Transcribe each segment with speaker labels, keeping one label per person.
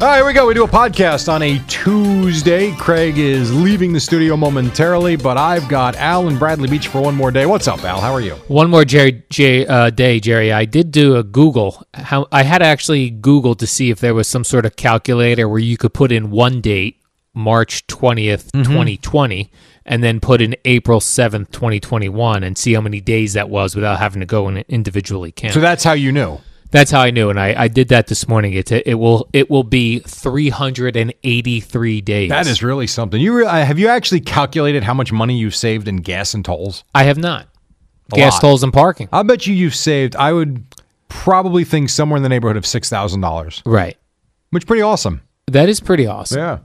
Speaker 1: All right, here we go. We do a podcast on a Tuesday. Craig is leaving the studio momentarily, but I've got Al and Bradley Beach for one more day. What's up, Al? How are you?
Speaker 2: One more Jerry, J, uh, day, Jerry. I did do a Google. How I had actually Googled to see if there was some sort of calculator where you could put in one date, March 20th, 2020, and then put in April 7th, 2021, and see how many days that was without having to go and individually count.
Speaker 1: So that's how you knew.
Speaker 2: That's how I knew, and I, I did that this morning. It it will it will be three hundred and eighty three days.
Speaker 1: That is really something. You re- uh, have you actually calculated how much money you've saved in gas and tolls?
Speaker 2: I have not
Speaker 1: A
Speaker 2: gas
Speaker 1: lot. Oh.
Speaker 2: tolls and parking.
Speaker 1: I bet you you've saved. I would probably think somewhere in the neighborhood of six thousand dollars,
Speaker 2: Right,
Speaker 1: which is pretty awesome.
Speaker 2: that is pretty awesome.
Speaker 1: Yeah.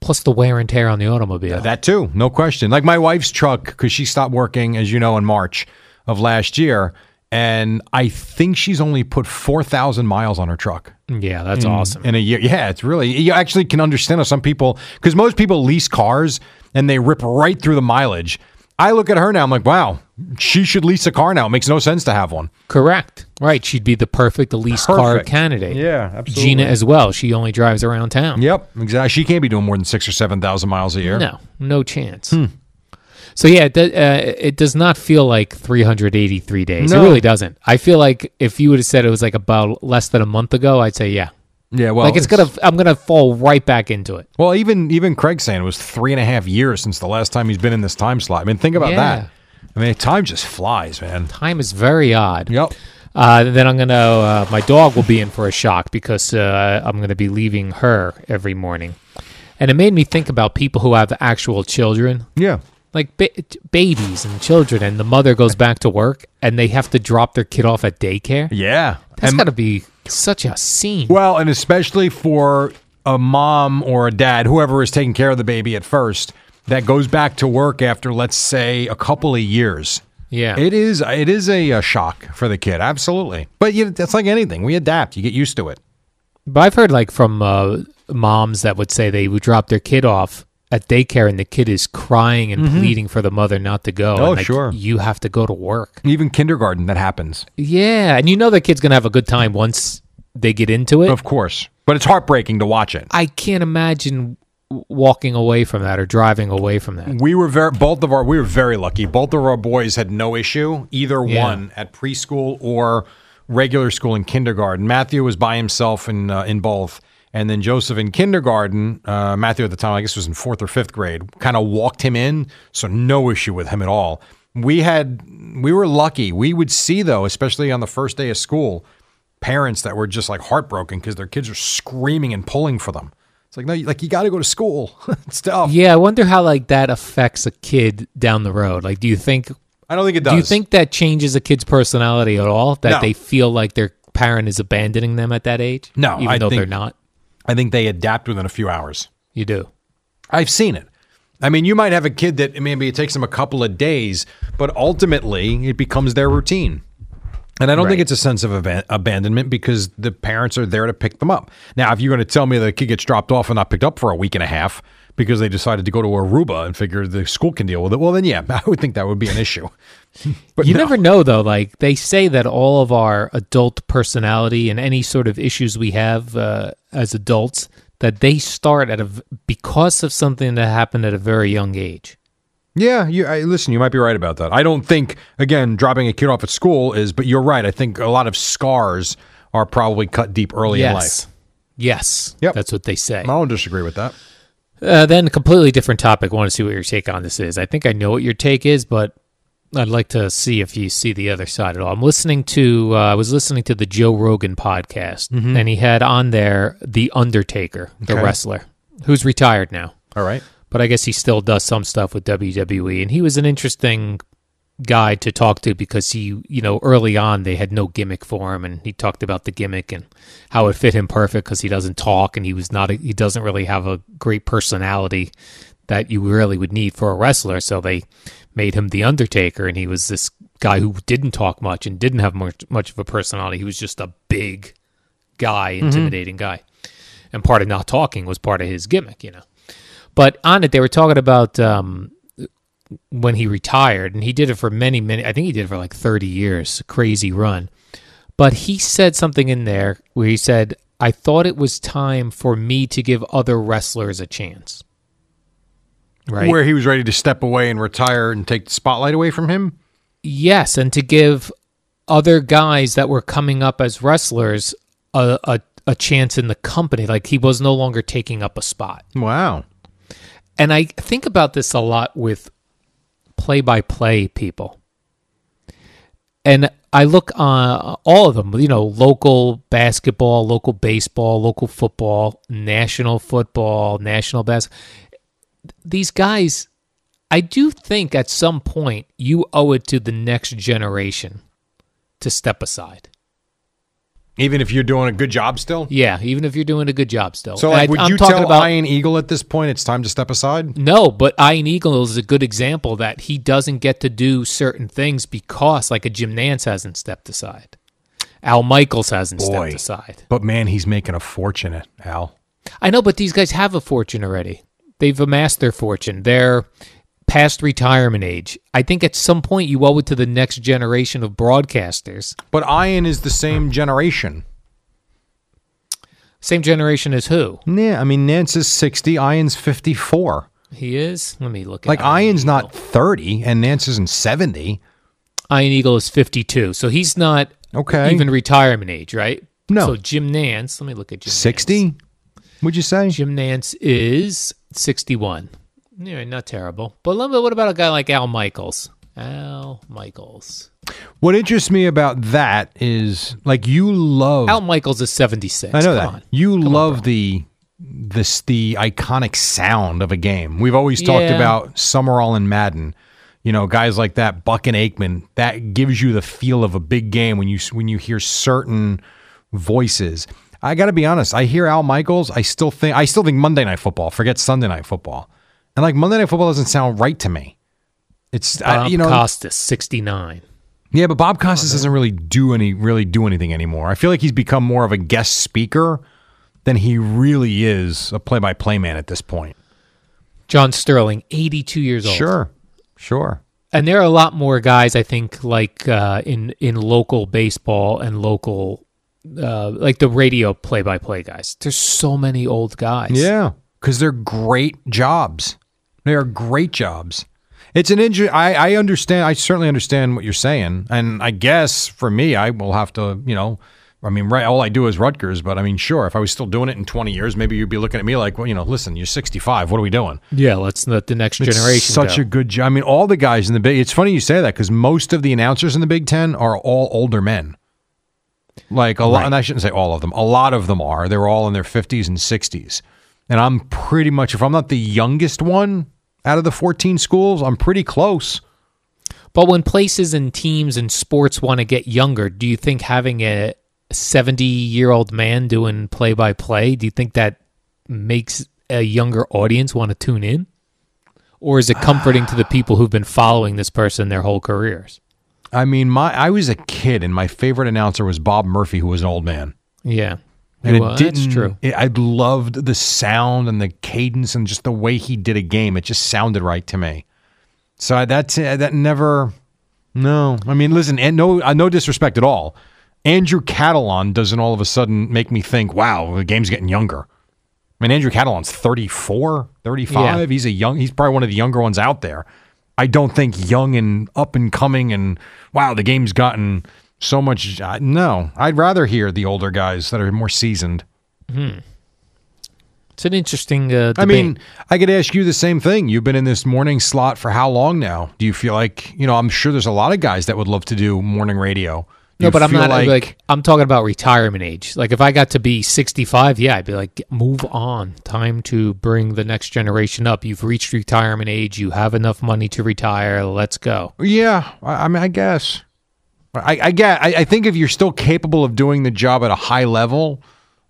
Speaker 2: Plus the wear and tear on the automobile.
Speaker 1: That too, no question. Like my wife's truck, because she stopped working, as you know, in March of last year, and I think she's only put four thousand miles on her truck
Speaker 2: yeah, that's
Speaker 1: Mm.
Speaker 2: awesome.
Speaker 1: in a year. Yeah, it's really you actually can understand how some people because most people lease cars and they rip right through the mileage. I look at her now, I'm like, wow, she should lease a car now. It makes no sense to have one.
Speaker 2: Correct. Right, she'd be the perfect lease car
Speaker 1: Perfect.
Speaker 2: candidate.
Speaker 1: Yeah, absolutely.
Speaker 2: Gina as well. She only drives around town.
Speaker 1: Yep, exactly. She can't be doing more than six or seven thousand miles a year.
Speaker 2: No, no chance.
Speaker 1: Hmm.
Speaker 2: So yeah, it, do- uh, it does not feel like 383 days.
Speaker 1: No.
Speaker 2: It really doesn't. I feel like if you would have said it was like about less than a month ago, I'd say yeah.
Speaker 1: Yeah, well,
Speaker 2: like it's, gonna, I'm gonna fall right back into it.
Speaker 1: Well, even even Craig saying it was three and a half years since the last time he's been in this time slot. I mean, think about
Speaker 2: Yeah.
Speaker 1: that. I mean, time just flies, man.
Speaker 2: Time is very odd.
Speaker 1: Yep.
Speaker 2: Uh, then I'm gonna, uh, my dog will be in for a shock because uh, I'm gonna be leaving her every morning, and it made me think about people who have actual children.
Speaker 1: Yeah.
Speaker 2: Like ba- babies and children, and the mother goes back to work, and they have to drop their kid off at daycare.
Speaker 1: Yeah.
Speaker 2: That's
Speaker 1: And-
Speaker 2: got to be such a scene.
Speaker 1: well, and especially for a mom or a dad, whoever is taking care of the baby at first, that goes back to work after, let's say, a couple of years.
Speaker 2: yeah.
Speaker 1: It is it is a, uh shock for the kid, absolutely. But you, that's like anything. We adapt. You get used to it.
Speaker 2: but I've heard like from uh, moms that would say they would drop their kid off at daycare and the kid is crying and pleading for the mother not to go.
Speaker 1: Mm-hmm. Oh,
Speaker 2: and, like,
Speaker 1: sure.
Speaker 2: You have to go to work.
Speaker 1: Even kindergarten, that happens,
Speaker 2: Yeah. And you know the kid's going to have a good time once they get into it.
Speaker 1: of course. But it's heartbreaking to watch it.
Speaker 2: I can't imagine w- walking away from that or driving away from that.
Speaker 1: We were very both of our we were very lucky. Both of our boys had no issue either
Speaker 2: Yeah.
Speaker 1: one at preschool or regular school in kindergarten. Matthew was by himself in uh, in both, and then Joseph in kindergarten. Uh, Matthew at the time I guess was in fourth or fifth grade. Kind of walked him in, so no issue with him at all. We had we were lucky. We would see though, especially on the first day of school, parents that were just like heartbroken because their kids are screaming and pulling for them. It's like no, you- like you got to go to school. it's tough.
Speaker 2: Yeah. I wonder how like that affects a kid down the road. Like, do you think
Speaker 1: I don't think it does.
Speaker 2: Do you think that changes a kid's personality at all? That
Speaker 1: No.
Speaker 2: they feel like their parent is abandoning them at that age?
Speaker 1: No,
Speaker 2: even
Speaker 1: I
Speaker 2: though
Speaker 1: think-
Speaker 2: they're not.
Speaker 1: I think they adapt within a few hours.
Speaker 2: You do.
Speaker 1: I've seen it. I mean, you might have a kid that maybe it takes them a couple of days, but ultimately it becomes their routine. And I don't think
Speaker 2: Right.
Speaker 1: it's a sense of aban- abandonment because the parents are there to pick them up. Now, if you're going to tell me that a kid gets dropped off and not picked up for a week and a half because they decided to go to Aruba and figured the school can deal with it. Well, then, yeah, I would think that would be an issue. But
Speaker 2: you
Speaker 1: no.
Speaker 2: never know though like they say that all of our adult personality and any sort of issues we have uh, as adults that they start at a v- because of something that happened at a very young age
Speaker 1: Yeah, you I, listen. You might be right about that. I don't think again dropping a kid off at school is, but you're right. I think a lot of scars are probably cut deep early
Speaker 2: yes yes
Speaker 1: Yep.
Speaker 2: that's what they say
Speaker 1: in life. I don't disagree with that.
Speaker 2: uh, then a completely different topic want to see what your take on this is i think i know what your take is but i'd like to see if you see the other side at all i'm listening to uh, i was listening to the joe rogan podcast and he had on there the undertaker the
Speaker 1: Mm-hmm. Okay.
Speaker 2: wrestler who's retired now
Speaker 1: All right.
Speaker 2: but I guess he still does some stuff with WWE. And he was an interesting guy to talk to because he, you know, early on they had no gimmick for him, and he talked about the gimmick and how it fit him perfect because he doesn't talk and he was not, a, he doesn't really have a great personality that you really would need for a wrestler. So they made him the Undertaker, and he was this guy who didn't talk much and didn't have much much of a personality. He was just a big guy, intimidating guy. And part of not talking was part of his gimmick, you know. But on it, they were talking about um, when he retired, and he did it for many, many. I think he did it for like thirty years, crazy run. But he said something in there where he said, "I thought it was time for me to give other wrestlers a chance." Right?
Speaker 1: Where he was ready to step away and retire and take the spotlight away from him.
Speaker 2: Yes, and to give other guys that were coming up as wrestlers a, a a chance in the company, like he was no longer taking up a spot.
Speaker 1: Wow.
Speaker 2: and I think about this a lot with play by play people. And I look uh, all of them, you know, local basketball, local baseball, local football, national football, national basketball. These guys, I do think at some point you owe it to the next generation to step aside.
Speaker 1: Even if you're doing a good job still.
Speaker 2: Yeah, even if you're doing a good job still. And
Speaker 1: So, like,
Speaker 2: I-
Speaker 1: would
Speaker 2: I'm
Speaker 1: you
Speaker 2: talking
Speaker 1: tell
Speaker 2: about-
Speaker 1: Iron Eagle at this point it's time to step aside?
Speaker 2: No, but Ian Eagle is a good example that he doesn't get to do certain things because, like, a Jim Nance hasn't stepped aside. Al Michaels hasn't
Speaker 1: Boy.
Speaker 2: stepped aside.
Speaker 1: But man, he's making a fortune, at Al.
Speaker 2: I know, but these guys have a fortune already. They've amassed their fortune. They're past retirement age. I think at some point you owe it to the next generation of broadcasters.
Speaker 1: But Ian is the same generation.
Speaker 2: Same generation as who?
Speaker 1: Yeah, I mean, Nance is 60, Ian's 54.
Speaker 2: He is? Let me look at
Speaker 1: Like,
Speaker 2: Ian
Speaker 1: Ian's not 30, and Nance isn't 70.
Speaker 2: Ian Eagle is 52, so he's not
Speaker 1: Okay.
Speaker 2: even retirement age, right?
Speaker 1: No.
Speaker 2: So Jim Nance, let me look at Jim. Nance.
Speaker 1: 60, would you say?
Speaker 2: Jim Nance is 61. Yeah, not terrible. But let me- what about a guy like Al Michaels? Al Michaels.
Speaker 1: What interests me about that is like you love.
Speaker 2: Al Michaels is 76.
Speaker 1: I know
Speaker 2: Come
Speaker 1: that
Speaker 2: on.
Speaker 1: you love the this the iconic sound of a game. We've always talked
Speaker 2: Yeah.
Speaker 1: about Summerall and Madden. You know, guys like that, Buck and Aikman. That gives you the feel of a big game when you when you hear certain voices. I got to be honest. I hear Al Michaels. I still think I still think Monday Night Football. Forget Sunday Night Football. And like Monday Night Football doesn't sound right to me. It's I,
Speaker 2: Bob
Speaker 1: you know
Speaker 2: Costas, 69.
Speaker 1: yeah, but Bob Costas doesn't really do any really do anything anymore. I feel like he's become more of a guest speaker than he really is a play by play man at this point.
Speaker 2: John Sterling, 82 years old.
Speaker 1: Sure, sure.
Speaker 2: And there are a lot more guys, I think, like uh, in, in local baseball and local, uh, like the radio play by play guys. There's so many old guys.
Speaker 1: Yeah, because they're great jobs. They are great jobs. It's an injury. I, I understand. I certainly understand what you're saying. And I guess for me, I will have to, you know, I mean, right, all I do is Rutgers, but I mean, sure, if I was still doing it in 20 years, maybe you'd be looking at me like, well, you know, listen, you're 65. What are we doing?
Speaker 2: Yeah, let's let the next
Speaker 1: It's
Speaker 2: generation.
Speaker 1: Such
Speaker 2: go.
Speaker 1: a good job. I mean, all the guys in the big. It's funny you say that because most of the announcers in the Big Ten are all older men. Like a lot, and I shouldn't say all of them. A lot of them are. They're all in their fifties and sixties. And I'm pretty much, if I'm not the youngest one out of the 14 schools, I'm pretty close.
Speaker 2: But when places and teams and sports want to get younger, do you think having a 70 year old man doing play by play, do you think that makes a younger audience want to tune in? Or is it comforting to the people who've been following this person their whole careers?
Speaker 1: I mean, my I was a kid, and my favorite announcer was Bob Murphy, who was an old man.
Speaker 2: Yeah.
Speaker 1: And
Speaker 2: well,
Speaker 1: it
Speaker 2: that's
Speaker 1: didn't.
Speaker 2: true.
Speaker 1: It, I loved the sound and the cadence and just the way he did a game. It just sounded right to me. So I- that's uh, that never. No, I mean, listen, and no, uh, no disrespect at all. Andrew Catalan doesn't all of a sudden make me think, wow, the game's getting younger. I mean, Andrew Catalan's 34, 35.
Speaker 2: Yeah.
Speaker 1: He's a young, he's probably one of the younger ones out there. I don't think young and up and coming and wow, the game's gotten so much. Uh, no, I'd rather hear the older guys that are more seasoned.
Speaker 2: It's an interesting uh, debate.
Speaker 1: I mean, I could ask you the same thing. You've been in this morning slot for how long now? Do you feel like, you know, I'm sure there's a lot of guys that would love to do morning radio. Do
Speaker 2: no,
Speaker 1: you
Speaker 2: but I'm
Speaker 1: feel
Speaker 2: not like, I'm talking about retirement age. Like if I got to be 65, yeah, I'd be like, move on. Time to bring the next generation up. You've reached retirement age. You have enough money to retire. Let's go.
Speaker 1: Yeah, I, I mean, I guess. I, I get. I, I think if you're still capable of doing the job at a high level,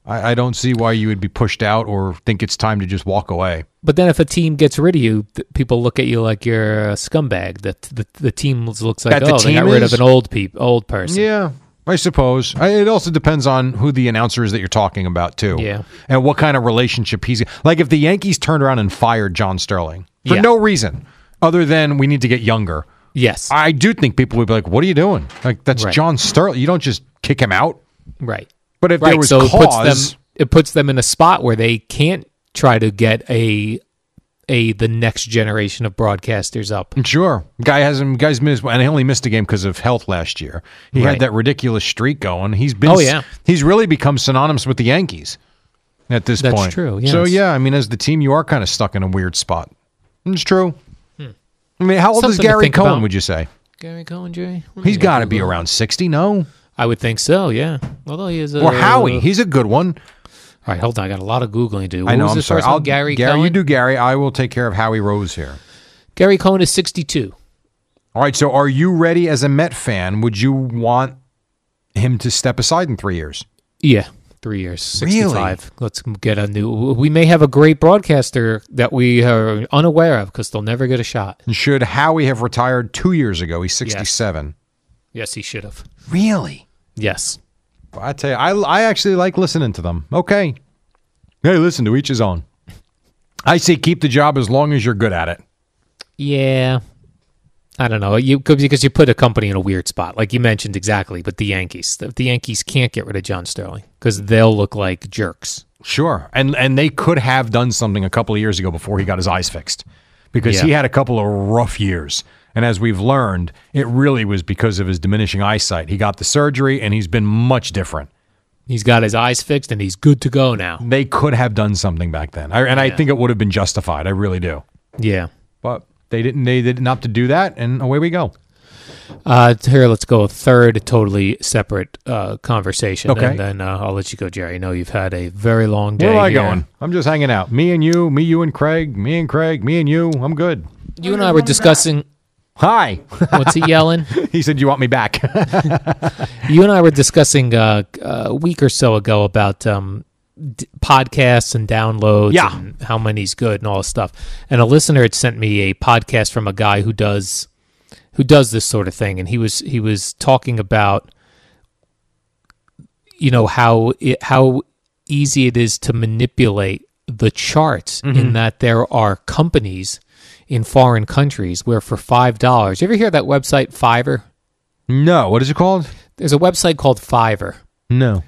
Speaker 1: I, I don't see why you would be pushed out or think it's time to just walk away.
Speaker 2: But then if a team gets rid of you, th- people look at you like you're a scumbag. The the, the team looks like
Speaker 1: That the
Speaker 2: oh, they got
Speaker 1: team
Speaker 2: rid
Speaker 1: is?
Speaker 2: of an old peop, old person.
Speaker 1: Yeah, I suppose. I, it also depends on who the announcer is that you're talking about too.
Speaker 2: Yeah.
Speaker 1: and what kind of relationship he's like. If the Yankees turned around and fired John Sterling for
Speaker 2: Yeah.
Speaker 1: no reason other than we need to get younger,
Speaker 2: Yes.
Speaker 1: I do think people would be like, "What are you doing? Like that's
Speaker 2: Right.
Speaker 1: John Sterling. You don't just kick him out."
Speaker 2: right.
Speaker 1: But if
Speaker 2: Right.
Speaker 1: there was
Speaker 2: so
Speaker 1: cause,
Speaker 2: it puts them it puts them in a spot where they can't try to get a a the next generation of broadcasters up.
Speaker 1: Sure, guy hasn't. Guys missed, and he only missed a game because of health last year. He
Speaker 2: Right.
Speaker 1: had that ridiculous streak going. He's been.
Speaker 2: Oh, yeah.
Speaker 1: he's really become synonymous with the Yankees at this
Speaker 2: That's
Speaker 1: point.
Speaker 2: true,
Speaker 1: So
Speaker 2: yes.
Speaker 1: yeah, I mean, as the team, you are kind of stuck in a weird spot. It's true. I mean, how old is
Speaker 2: Hmm. Something to
Speaker 1: Gary
Speaker 2: think
Speaker 1: Cohen?
Speaker 2: about.
Speaker 1: Would you say
Speaker 2: Gary Cohen, Jerry.
Speaker 1: he's got to be around sixty? No,
Speaker 2: I would think so. Yeah. Although he is a,
Speaker 1: or Howie? He's a good one.
Speaker 2: All right, hold on. I got a lot of googling to do.
Speaker 1: I
Speaker 2: What
Speaker 1: know.
Speaker 2: was
Speaker 1: I'm
Speaker 2: this
Speaker 1: sorry.
Speaker 2: first one? Gary, Cohen.
Speaker 1: you do Gary. I will take care of Howie Rose here.
Speaker 2: Gary Cohen is 62.
Speaker 1: All right. So, are you ready as a Met fan? Would you want him to step aside in three years?
Speaker 2: Yeah, three years.
Speaker 1: Really?
Speaker 2: 65. Let's get a new. We may have a great broadcaster that we are unaware of because they'll never get a shot.
Speaker 1: And Should Howie have retired two years ago? He's 67.
Speaker 2: Yes, he should have.
Speaker 1: Really?
Speaker 2: Yes.
Speaker 1: I tell you, I, I actually like listening to them. Okay. Hey, listen to each his own. I say keep the job as long as you're good at it.
Speaker 2: Yeah. I don't know. You could- because you put a company in a weird spot, like you mentioned exactly. But the Yankees, the, the Yankees can't get rid of John Sterling because they'll look like jerks.
Speaker 1: Sure. And and they could have done something a couple of years ago before he got his eyes fixed. Because he
Speaker 2: Yeah.
Speaker 1: had a couple of rough years. And as we've learned, it really was because of his diminishing eyesight. He got the surgery and he's been much different.
Speaker 2: He's got his eyes fixed and he's good to go now.
Speaker 1: They could have done something back then. I, and I think it would have been justified. I really do.
Speaker 2: Yeah.
Speaker 1: but they didn't they didn't opt to do that and away we go
Speaker 2: Uh, here, let's go a third totally separate uh, conversation.
Speaker 1: Okay.
Speaker 2: And then uh, I'll let you go, Jerry. I know you've had a very long day.
Speaker 1: where am i
Speaker 2: here.
Speaker 1: going i'm just hanging out me and you me you and craig me and craig me and you i'm good
Speaker 2: You and I were discussing.
Speaker 1: hi
Speaker 2: What's he yelling?
Speaker 1: he said you want me back
Speaker 2: you and I were discussing uh, a week or so ago about um, d- podcasts and downloads
Speaker 1: Yeah.
Speaker 2: and how many's good and all this stuff. And a listener had sent me a podcast from a guy who does who does this sort of thing, and he was he was talking about you know how it, how easy it is to manipulate the charts in that there are companies in foreign countries where for five dollars you ever hear that website Fiverr?
Speaker 1: no what is it called
Speaker 2: There's a website called Fiverr
Speaker 1: no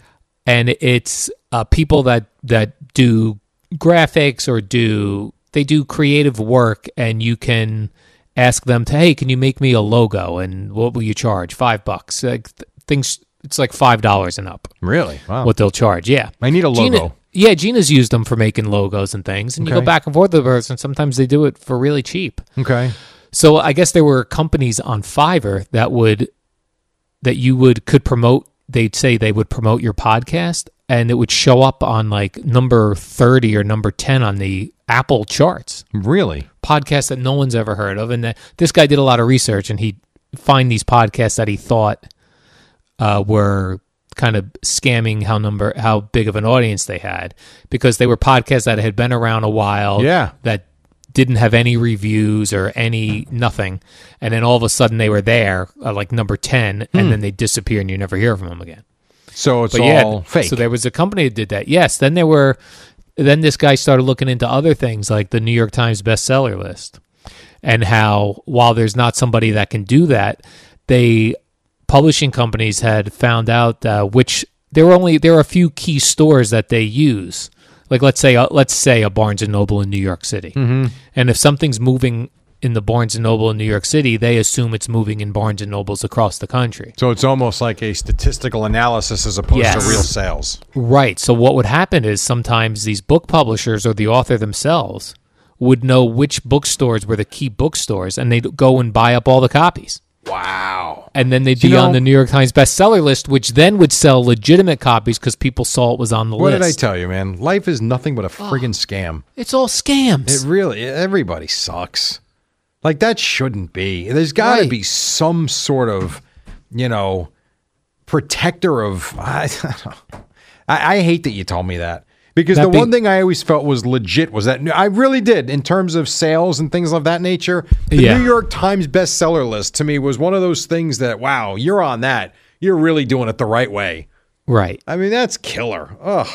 Speaker 2: and it's uh, people that that do graphics or do they do creative work and you can ask them to hey can you make me a logo and what will you charge five bucks like th- things it's like five dollars and up
Speaker 1: really wow
Speaker 2: what they'll charge yeah
Speaker 1: i need a logo
Speaker 2: Gina, yeah gina's used them for making logos and things and you
Speaker 1: Okay.
Speaker 2: go back and forth with the person sometimes they do it for really cheap
Speaker 1: okay
Speaker 2: so I guess there were companies on Fiverr that would that you would could promote. They'd say they would promote your podcast, and it would show up on like number thirty or number ten on the Apple charts.
Speaker 1: really
Speaker 2: Podcasts that no one's ever heard of, and that this guy did a lot of research, and he'd find these podcasts that he thought uh, were kind of scamming how number how big of an audience they had because they were podcasts that had been around a while
Speaker 1: Yeah.
Speaker 2: that didn't have any reviews or any nothing and then all of a sudden they were there uh, like number 10 and then they disappear and you never hear from them again
Speaker 1: So it's
Speaker 2: but
Speaker 1: all
Speaker 2: yeah,
Speaker 1: fake.
Speaker 2: So there was a company that did that. Yes. Then there were. Then this guy started looking into other things like the New York Times bestseller list, and how while there's not somebody that can do that, they publishing companies had found out uh, which there were only there are a few key stores that they use. Like let's say uh, let's say a Barnes and Noble in New York City,
Speaker 1: Mm-hmm.
Speaker 2: and if something's moving in the Barnes and Noble in New York City, they assume it's moving in Barnes and Nobles across the country.
Speaker 1: so it's almost like a statistical analysis as opposed
Speaker 2: Yes.
Speaker 1: to real sales.
Speaker 2: Right. So what would happen is sometimes these book publishers or the author themselves would know which bookstores were the key bookstores, and they'd go and buy up all the copies. Wow. And then they'd be
Speaker 1: You know-
Speaker 2: on the New York Times bestseller list, which then would sell legitimate copies because people saw it was on the
Speaker 1: What
Speaker 2: list.
Speaker 1: did I tell you, man? Life is nothing but a friggin' scam.
Speaker 2: it's all
Speaker 1: It
Speaker 2: scams.
Speaker 1: really, everybody sucks. Like that shouldn't be. There's got to
Speaker 2: Right.
Speaker 1: be some sort of, you know, protector of. I, don't know. I, I hate that you told me that because
Speaker 2: That
Speaker 1: the
Speaker 2: be-
Speaker 1: one thing I always felt was legit was that I really did in terms of sales and things of that nature. The
Speaker 2: Yeah.
Speaker 1: New York Times bestseller list to me was one of those things that wow, you're on that. You're really doing it the right way.
Speaker 2: right.
Speaker 1: I mean, that's killer. Ugh.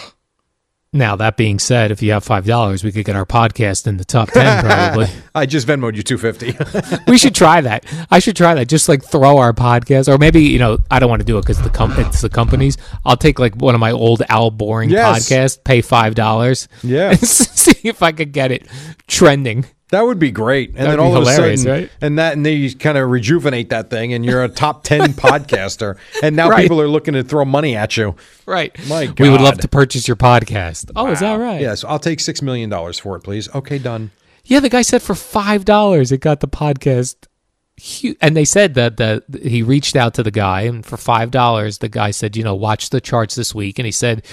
Speaker 2: Now, that being said, if you have $5, we could get our podcast in the top 10 probably.
Speaker 1: I just Venmoed you 250.
Speaker 2: we should try that. I should try that. Just like throw our podcast, or maybe you know, I don't want to do it because the com- it's the companies. I'll take like one of my old Al Boring
Speaker 1: Yes.
Speaker 2: podcasts, pay five dollars,
Speaker 1: Yeah.
Speaker 2: and see if I could get it trending.
Speaker 1: That would be great. And
Speaker 2: That'd
Speaker 1: then all
Speaker 2: be
Speaker 1: of a
Speaker 2: hilarious,
Speaker 1: sudden,
Speaker 2: right?
Speaker 1: and that, and they kind of rejuvenate that thing, and you're a top 10 podcaster. And now
Speaker 2: Right.
Speaker 1: people are looking to throw money at you.
Speaker 2: Right.
Speaker 1: My
Speaker 2: We would love
Speaker 1: God.
Speaker 2: to purchase your podcast. Oh, is that right?
Speaker 1: Yes, I'll take $6 million for it, please. Okay, done.
Speaker 2: Yeah, the guy said for five dollars it got the podcast. hu- And they said that the he reached out to the guy, and for five dollars, the guy said, you know, watch the charts this week, and he said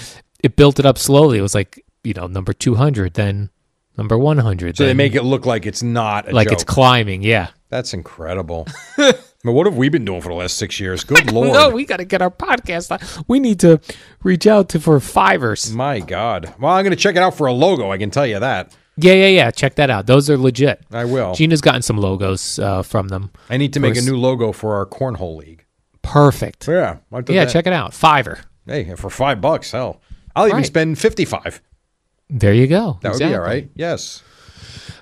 Speaker 2: it built it up slowly. It was like you know number two hundred, then number one hundred.
Speaker 1: So they make it look like it's not a
Speaker 2: like
Speaker 1: joke.
Speaker 2: it's climbing. Yeah.
Speaker 1: That's incredible. but what have we been doing for the last six years? Good Lord.
Speaker 2: No, we got to get our podcast. on. We need to reach out to for fivers.
Speaker 1: My God. Well, I'm going to check it out for a logo. I can tell you that.
Speaker 2: Yeah, yeah, yeah. Check that out. Those are legit.
Speaker 1: I will.
Speaker 2: Gina's gotten some logos uh, from them.
Speaker 1: I need to make a
Speaker 2: course.
Speaker 1: new logo for our cornhole league.
Speaker 2: Perfect.
Speaker 1: Yeah. I'll do
Speaker 2: Yeah,
Speaker 1: that.
Speaker 2: check it out. Fiverr.
Speaker 1: Hey, for five bucks, hell. I'll even
Speaker 2: Right.
Speaker 1: spend 55.
Speaker 2: There you go.
Speaker 1: That would
Speaker 2: Exactly.
Speaker 1: be all right. Yes.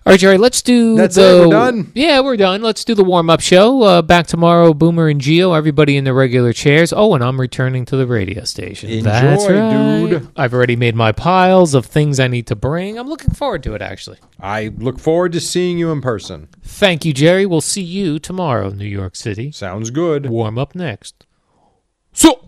Speaker 2: All right, Jerry, let's do
Speaker 1: That's
Speaker 2: the-
Speaker 1: it, we're done.
Speaker 2: Yeah, we're done. Let's do the warm up show. Uh, back tomorrow, Boomer and Geo, everybody in the regular chairs. Oh, and I'm returning to the radio station. That's
Speaker 1: Enjoy,
Speaker 2: right.
Speaker 1: dude.
Speaker 2: I've already made my piles of things I need to bring. I'm looking forward to it, actually.
Speaker 1: I look forward to seeing you in person.
Speaker 2: Thank you, Jerry. We'll see you tomorrow, New York City.
Speaker 1: Sounds good.
Speaker 2: Warm up next. So.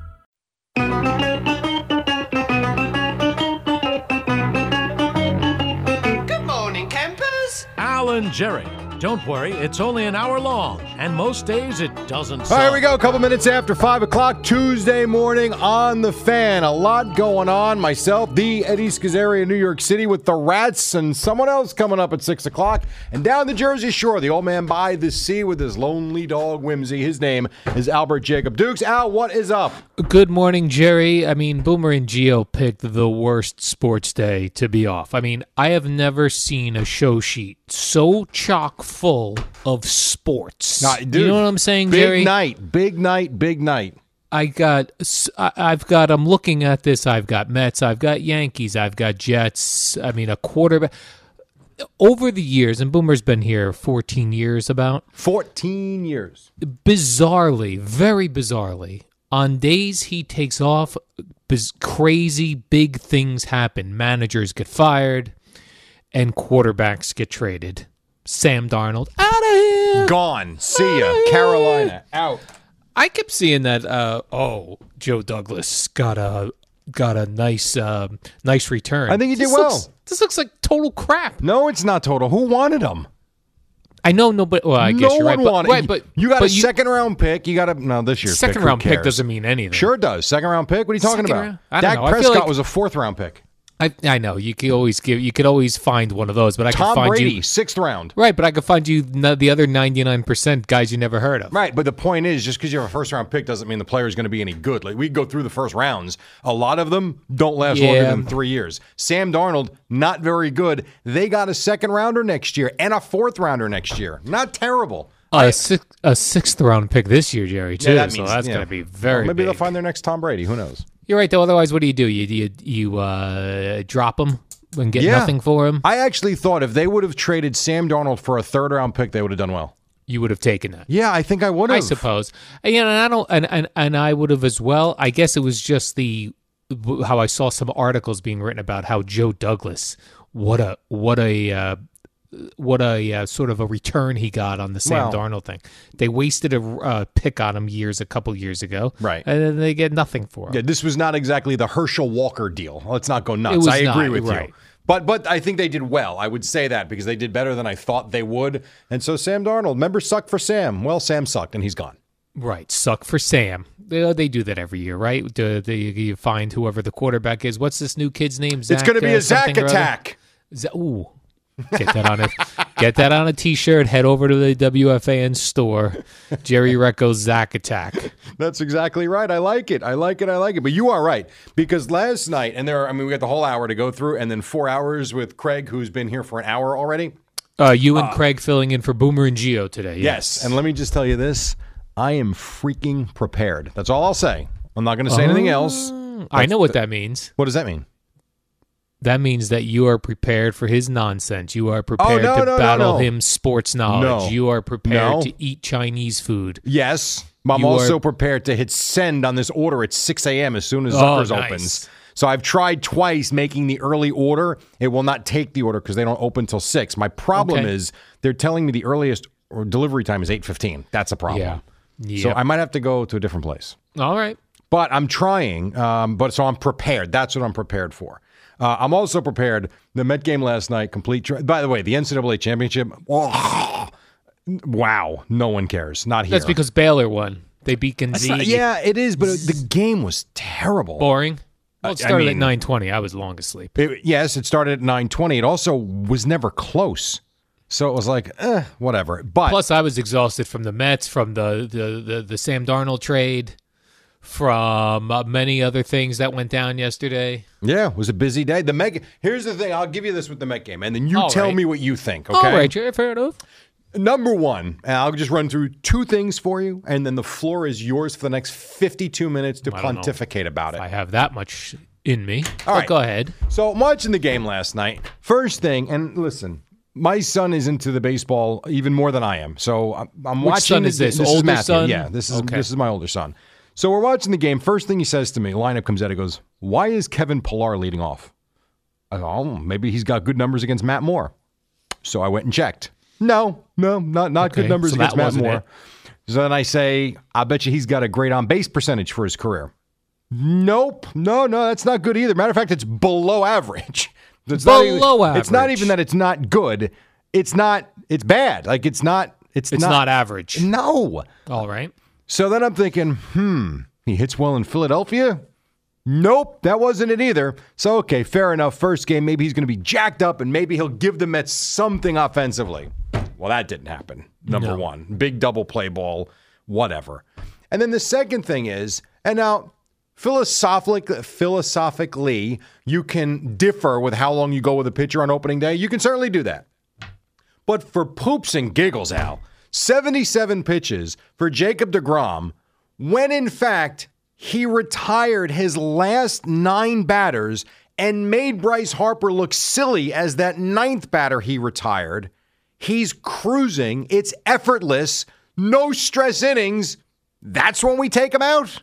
Speaker 3: Al and Jerry. Don't worry, it's only an hour long, and most days it doesn't
Speaker 1: All right,
Speaker 3: suck.
Speaker 1: here we go. A couple minutes after 5 o'clock, Tuesday morning on the fan. A lot going on. Myself, the Eddie Schizzeri in New York City with the Rats, and someone else coming up at 6 o'clock. And down the Jersey Shore, the old man by the sea with his lonely dog, Whimsy. His name is Albert Jacob Dukes. Al, what is up?
Speaker 2: Good morning, Jerry. I mean, Boomer and Geo picked the worst sports day to be off. I mean, I have never seen a show sheet so chock full of sports.
Speaker 1: Nah,
Speaker 2: you
Speaker 1: dude,
Speaker 2: know what I'm saying,
Speaker 1: Big
Speaker 2: Jerry?
Speaker 1: night, big night, big night.
Speaker 2: I got, s- I- I've got. I'm looking at this. I've got Mets. I've got Yankees. I've got Jets. I mean, a quarterback. Over the years, and Boomer's been here 14 years about.
Speaker 1: 14 years.
Speaker 2: bizarrely, very bizarrely, on days he takes off, biz- crazy big things happen. Managers get fired, and quarterbacks get traded. Sam Darnold out of here.
Speaker 1: Gone. See ya. Carolina. Out.
Speaker 2: I kept seeing that. Uh, oh, Joe Douglas got a got a nice um nice return.
Speaker 1: I think he did
Speaker 2: This looks-
Speaker 1: well.
Speaker 2: this looks like total crap.
Speaker 1: No, it's not total. Who wanted him?
Speaker 2: I know nobody. Well, I
Speaker 1: no
Speaker 2: guess you're
Speaker 1: one
Speaker 2: right. But,
Speaker 1: wanted.
Speaker 2: right,
Speaker 1: you-
Speaker 2: but
Speaker 1: you got
Speaker 2: but
Speaker 1: a second round pick. You got a no this year.
Speaker 2: second
Speaker 1: pick, who
Speaker 2: round pick
Speaker 1: cares?
Speaker 2: doesn't mean anything.
Speaker 1: Sure does. Second round pick. What are you talking
Speaker 2: Second
Speaker 1: about?
Speaker 2: round? I don't
Speaker 1: Dak
Speaker 2: know. I feel
Speaker 1: Prescott
Speaker 2: like-
Speaker 1: was a fourth round pick.
Speaker 2: I, I know you could always give. You could always find one of those, but I could
Speaker 1: Tom
Speaker 2: find
Speaker 1: Brady,
Speaker 2: you.
Speaker 1: sixth round.
Speaker 2: Right, but I could find you no- the other ninety nine percent guys you never heard of.
Speaker 1: Right, but the point is, just because you have a first round pick doesn't mean the player is going to be any good. Like we go through the first rounds, a lot of them don't last longer
Speaker 2: Yeah.
Speaker 1: than three years. Sam Darnold, not very good. They got a second rounder next year and a fourth rounder next year. Not terrible.
Speaker 2: A six, a sixth round pick this year, Jerry. Too.
Speaker 1: Yeah, that
Speaker 2: so
Speaker 1: means-
Speaker 2: that's
Speaker 1: yeah.
Speaker 2: going to be very.
Speaker 1: Well, maybe they'll
Speaker 2: big.
Speaker 1: find their next Tom Brady. Who knows?
Speaker 2: You're right, though. Otherwise, what do you do? You you, you uh, drop him and get
Speaker 1: Yeah.
Speaker 2: nothing for him.
Speaker 1: I actually thought if they would have traded Sam Darnold for a third round pick, they would have done well.
Speaker 2: You would have taken that.
Speaker 1: Yeah, I think I would have.
Speaker 2: I suppose. And, you know, and I don't, and, and and I would have as well. I guess it was just the how I saw some articles being written about how Joe Douglas, what a what a uh, what a uh, sort of a return he got on the Sam
Speaker 1: Well-
Speaker 2: Darnold thing. They wasted a uh, pick on him years a couple years ago,
Speaker 1: Right.
Speaker 2: And then they get nothing for him.
Speaker 1: Yeah, this was not exactly the Herschel Walker deal. Let's not go nuts.
Speaker 2: was
Speaker 1: I agree
Speaker 2: not,
Speaker 1: with
Speaker 2: right.
Speaker 1: you. But but I think they did well. I would say that because they did better than I thought they would. And so Sam Darnold, members suck for Sam. Well, Sam sucked and he's gone.
Speaker 2: Right, suck for Sam. They, they do that every year, right? Do, they, you find whoever the quarterback is. What's this new kid's name? Zach,
Speaker 1: it's going to be
Speaker 2: uh,
Speaker 1: a Zach
Speaker 2: something or other?
Speaker 1: attack.
Speaker 2: Z- Ooh. Get that on a get that on a t-shirt. Head over to the WFAN store. Jerry Recco Zack Attack.
Speaker 1: That's exactly right. I like it. I like it. I like it. But you are right because last night, and there, are, I mean, we got the whole hour to go through, and then four hours with Craig, who's been here for an hour already.
Speaker 2: Uh, you and Craig filling in for Boomer and Geo today.
Speaker 1: Yes. And let me just tell you this I am freaking prepared. That's all I'll say. I'm not going to say anything
Speaker 2: Oh.
Speaker 1: else.
Speaker 2: Hmm, I know what that means.
Speaker 1: What does that mean?
Speaker 2: That means that you are prepared for his nonsense. You are prepared
Speaker 1: Oh, no,
Speaker 2: to
Speaker 1: no, no,
Speaker 2: battle
Speaker 1: no.
Speaker 2: him sports knowledge.
Speaker 1: No.
Speaker 2: You are prepared
Speaker 1: No.
Speaker 2: to eat Chinese food.
Speaker 1: Yes. I'm
Speaker 2: You
Speaker 1: also
Speaker 2: are-
Speaker 1: prepared to hit send on this order at 6 a.m. as soon as
Speaker 2: Oh,
Speaker 1: Zucker's
Speaker 2: nice.
Speaker 1: opens. So I've tried twice making the early order. It will not take the order because they don't open till 6. My problem
Speaker 2: Okay.
Speaker 1: is they're telling me the earliest or delivery time is 8.15. That's a
Speaker 2: Yeah.
Speaker 1: problem.
Speaker 2: Yeah.
Speaker 1: So I might have to go to a different place.
Speaker 2: All right.
Speaker 1: But I'm trying. Um, but so I'm prepared. That's what I'm prepared for. Uh, I'm also prepared. The Met game last night, complete. Tra- By the way, the NCAA championship. oh, wow, no one cares. Not here.
Speaker 2: That's because Baylor won. They beat Gonzaga.
Speaker 1: yeah, it is. But it- the game was terrible.
Speaker 2: Boring. Well, it
Speaker 1: I- I
Speaker 2: started at
Speaker 1: mean-
Speaker 2: nine twenty. I was long asleep.
Speaker 1: It- yes, it started at 9:20. It also was never close. So it was like, eh, whatever. But
Speaker 2: Plus, I was exhausted from the Mets, from the the the, the Sam Darnold trade, from uh, many other things that went down yesterday.
Speaker 1: yeah, it was a busy day. The Met. Here's the thing. I'll give you this with the Met game, and then you
Speaker 2: All
Speaker 1: tell
Speaker 2: right.
Speaker 1: me what you think. Okay.
Speaker 2: All right, Jerry, fair enough.
Speaker 1: Number one, and I'll just run through two things for you, and then the floor is yours for the next 52 minutes to
Speaker 2: I don't know.
Speaker 1: pontificate about it.
Speaker 2: I have that much in me.
Speaker 1: All
Speaker 2: But
Speaker 1: right.
Speaker 2: go ahead.
Speaker 1: So, I'm watching the game last night, first thing, and listen, my son is into the baseball even more than I am. So, I'm, I'm
Speaker 2: Which
Speaker 1: watching
Speaker 2: son
Speaker 1: the
Speaker 2: is
Speaker 1: ga-
Speaker 2: this? Older
Speaker 1: Matthew.
Speaker 2: son?
Speaker 1: Yeah, this is
Speaker 2: Okay.
Speaker 1: this is my older son. So, we're watching the game. First thing he says to me, lineup comes out, he goes, "Why is Kevin Pillar leading off?" I go, "Oh, maybe he's got good numbers against Matt Moore." So I went and checked. No, no, not not
Speaker 2: Okay,
Speaker 1: good numbers
Speaker 2: so
Speaker 1: against
Speaker 2: that
Speaker 1: Matt
Speaker 2: wasn't
Speaker 1: Moore.
Speaker 2: it.
Speaker 1: So then I say, I bet you he's got a great on base percentage for his career. Nope. No, no, that's not good either. Matter of fact, it's below average. It's
Speaker 2: Below
Speaker 1: not even, It's not
Speaker 2: average.
Speaker 1: even that it's not good. It's not, it's bad. Like it's not, it's,
Speaker 2: It's not, average.
Speaker 1: No.
Speaker 2: All right.
Speaker 1: So then I'm thinking, hmm, he hits well in Philadelphia? Nope, that wasn't it either. So, okay, fair enough. First game, maybe he's going to be jacked up and maybe he'll give the Mets something offensively. Well, that didn't happen. Number one, big double play ball, whatever. And then the second thing is, and now philosophic, philosophically, you can differ with how long you go with a pitcher on opening day. You can certainly do that. But for poops and giggles, Al, 77 pitches for Jacob DeGrom, when in fact he retired his last nine batters and made Bryce Harper look silly as that ninth batter he retired. He's cruising. It's effortless. No stress innings. That's when we take him out.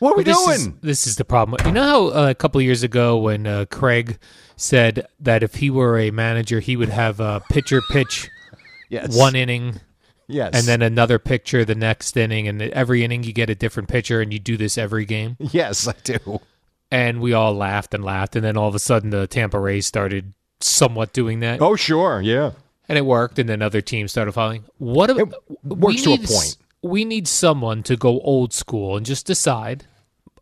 Speaker 1: What are we
Speaker 2: Well, this
Speaker 1: doing?
Speaker 2: Is, this is the problem. You know how uh, a couple years ago when uh, Craig said that if he were a manager, he would have a pitcher pitch
Speaker 1: yes.
Speaker 2: one inning.
Speaker 1: Yes.
Speaker 2: And then another pitcher the next inning, and every inning you get a different pitcher, and you do this every game.
Speaker 1: yes, I do.
Speaker 2: and we all laughed and laughed and then all of a sudden the tampa rays started somewhat doing that
Speaker 1: Oh, sure. Yeah.
Speaker 2: and it worked, and then other teams started following. What ab-
Speaker 1: It works to a
Speaker 2: s-
Speaker 1: point.
Speaker 2: We need someone to go old school and just decide.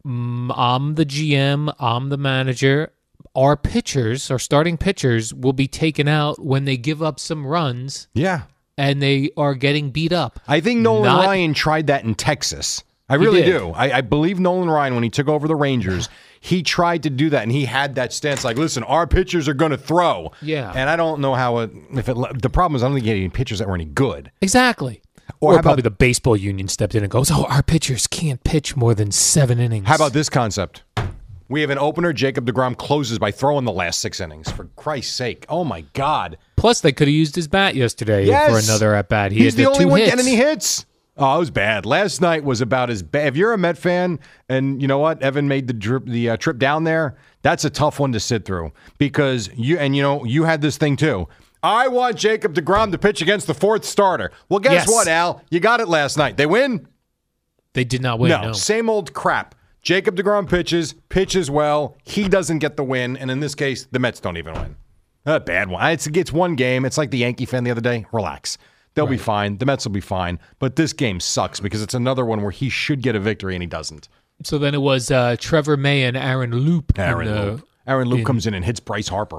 Speaker 2: "Mm, I'm the GM. I'm the manager. Our pitchers, our starting pitchers, will be taken out when they give up some runs
Speaker 1: Yeah.
Speaker 2: and they are getting beat up.
Speaker 1: I think Nolan
Speaker 2: Not-
Speaker 1: Ryan tried that in Texas. I really
Speaker 2: did.
Speaker 1: do. I, I believe Nolan Ryan, when he took over the Rangers, he tried to do that, and he had that stance like, listen, our pitchers are going to throw.
Speaker 2: Yeah.
Speaker 1: And I don't know how it, if it, le- the problem is, I don't think he had any pitchers that were any good.
Speaker 2: Exactly.
Speaker 1: Or
Speaker 2: Or,
Speaker 1: how about-
Speaker 2: probably the baseball union stepped in and goes, "Oh, our pitchers can't pitch more than seven innings."
Speaker 1: How about this concept? We have an opener. Jacob DeGrom closes by throwing the last six innings. For Christ's sake. Oh, my God.
Speaker 2: Plus, they could have used his bat yesterday for
Speaker 1: Yes.
Speaker 2: another at bat. He
Speaker 1: He's
Speaker 2: had
Speaker 1: the, only
Speaker 2: two
Speaker 1: one
Speaker 2: hits.
Speaker 1: getting any hits. Oh, it was bad. Last night was about as bad. If you're a Met fan, and you know what, Evan made the drip, the uh, trip down there. That's a tough one to sit through because you and you know you had this thing too. I want Jacob Degrom to pitch against the fourth starter. Well, guess
Speaker 2: Yes.
Speaker 1: what, Al? You got it last night. They win.
Speaker 2: They did not win.
Speaker 1: no,
Speaker 2: No.
Speaker 1: same old crap. Jacob Degrom pitches, pitches well. He doesn't get the win, and in this case, the Mets don't even win. A bad one. It's it's one game. It's like the Yankee fan the other day. Relax. They'll be fine. The Mets will be fine. But this game sucks because it's another one where he should get a victory and he doesn't.
Speaker 2: So then it was uh, Trevor May and Aaron Loop. in
Speaker 1: Aaron
Speaker 2: the-
Speaker 1: Loop. Aaron Loop
Speaker 2: in-
Speaker 1: comes in and hits Bryce Harper.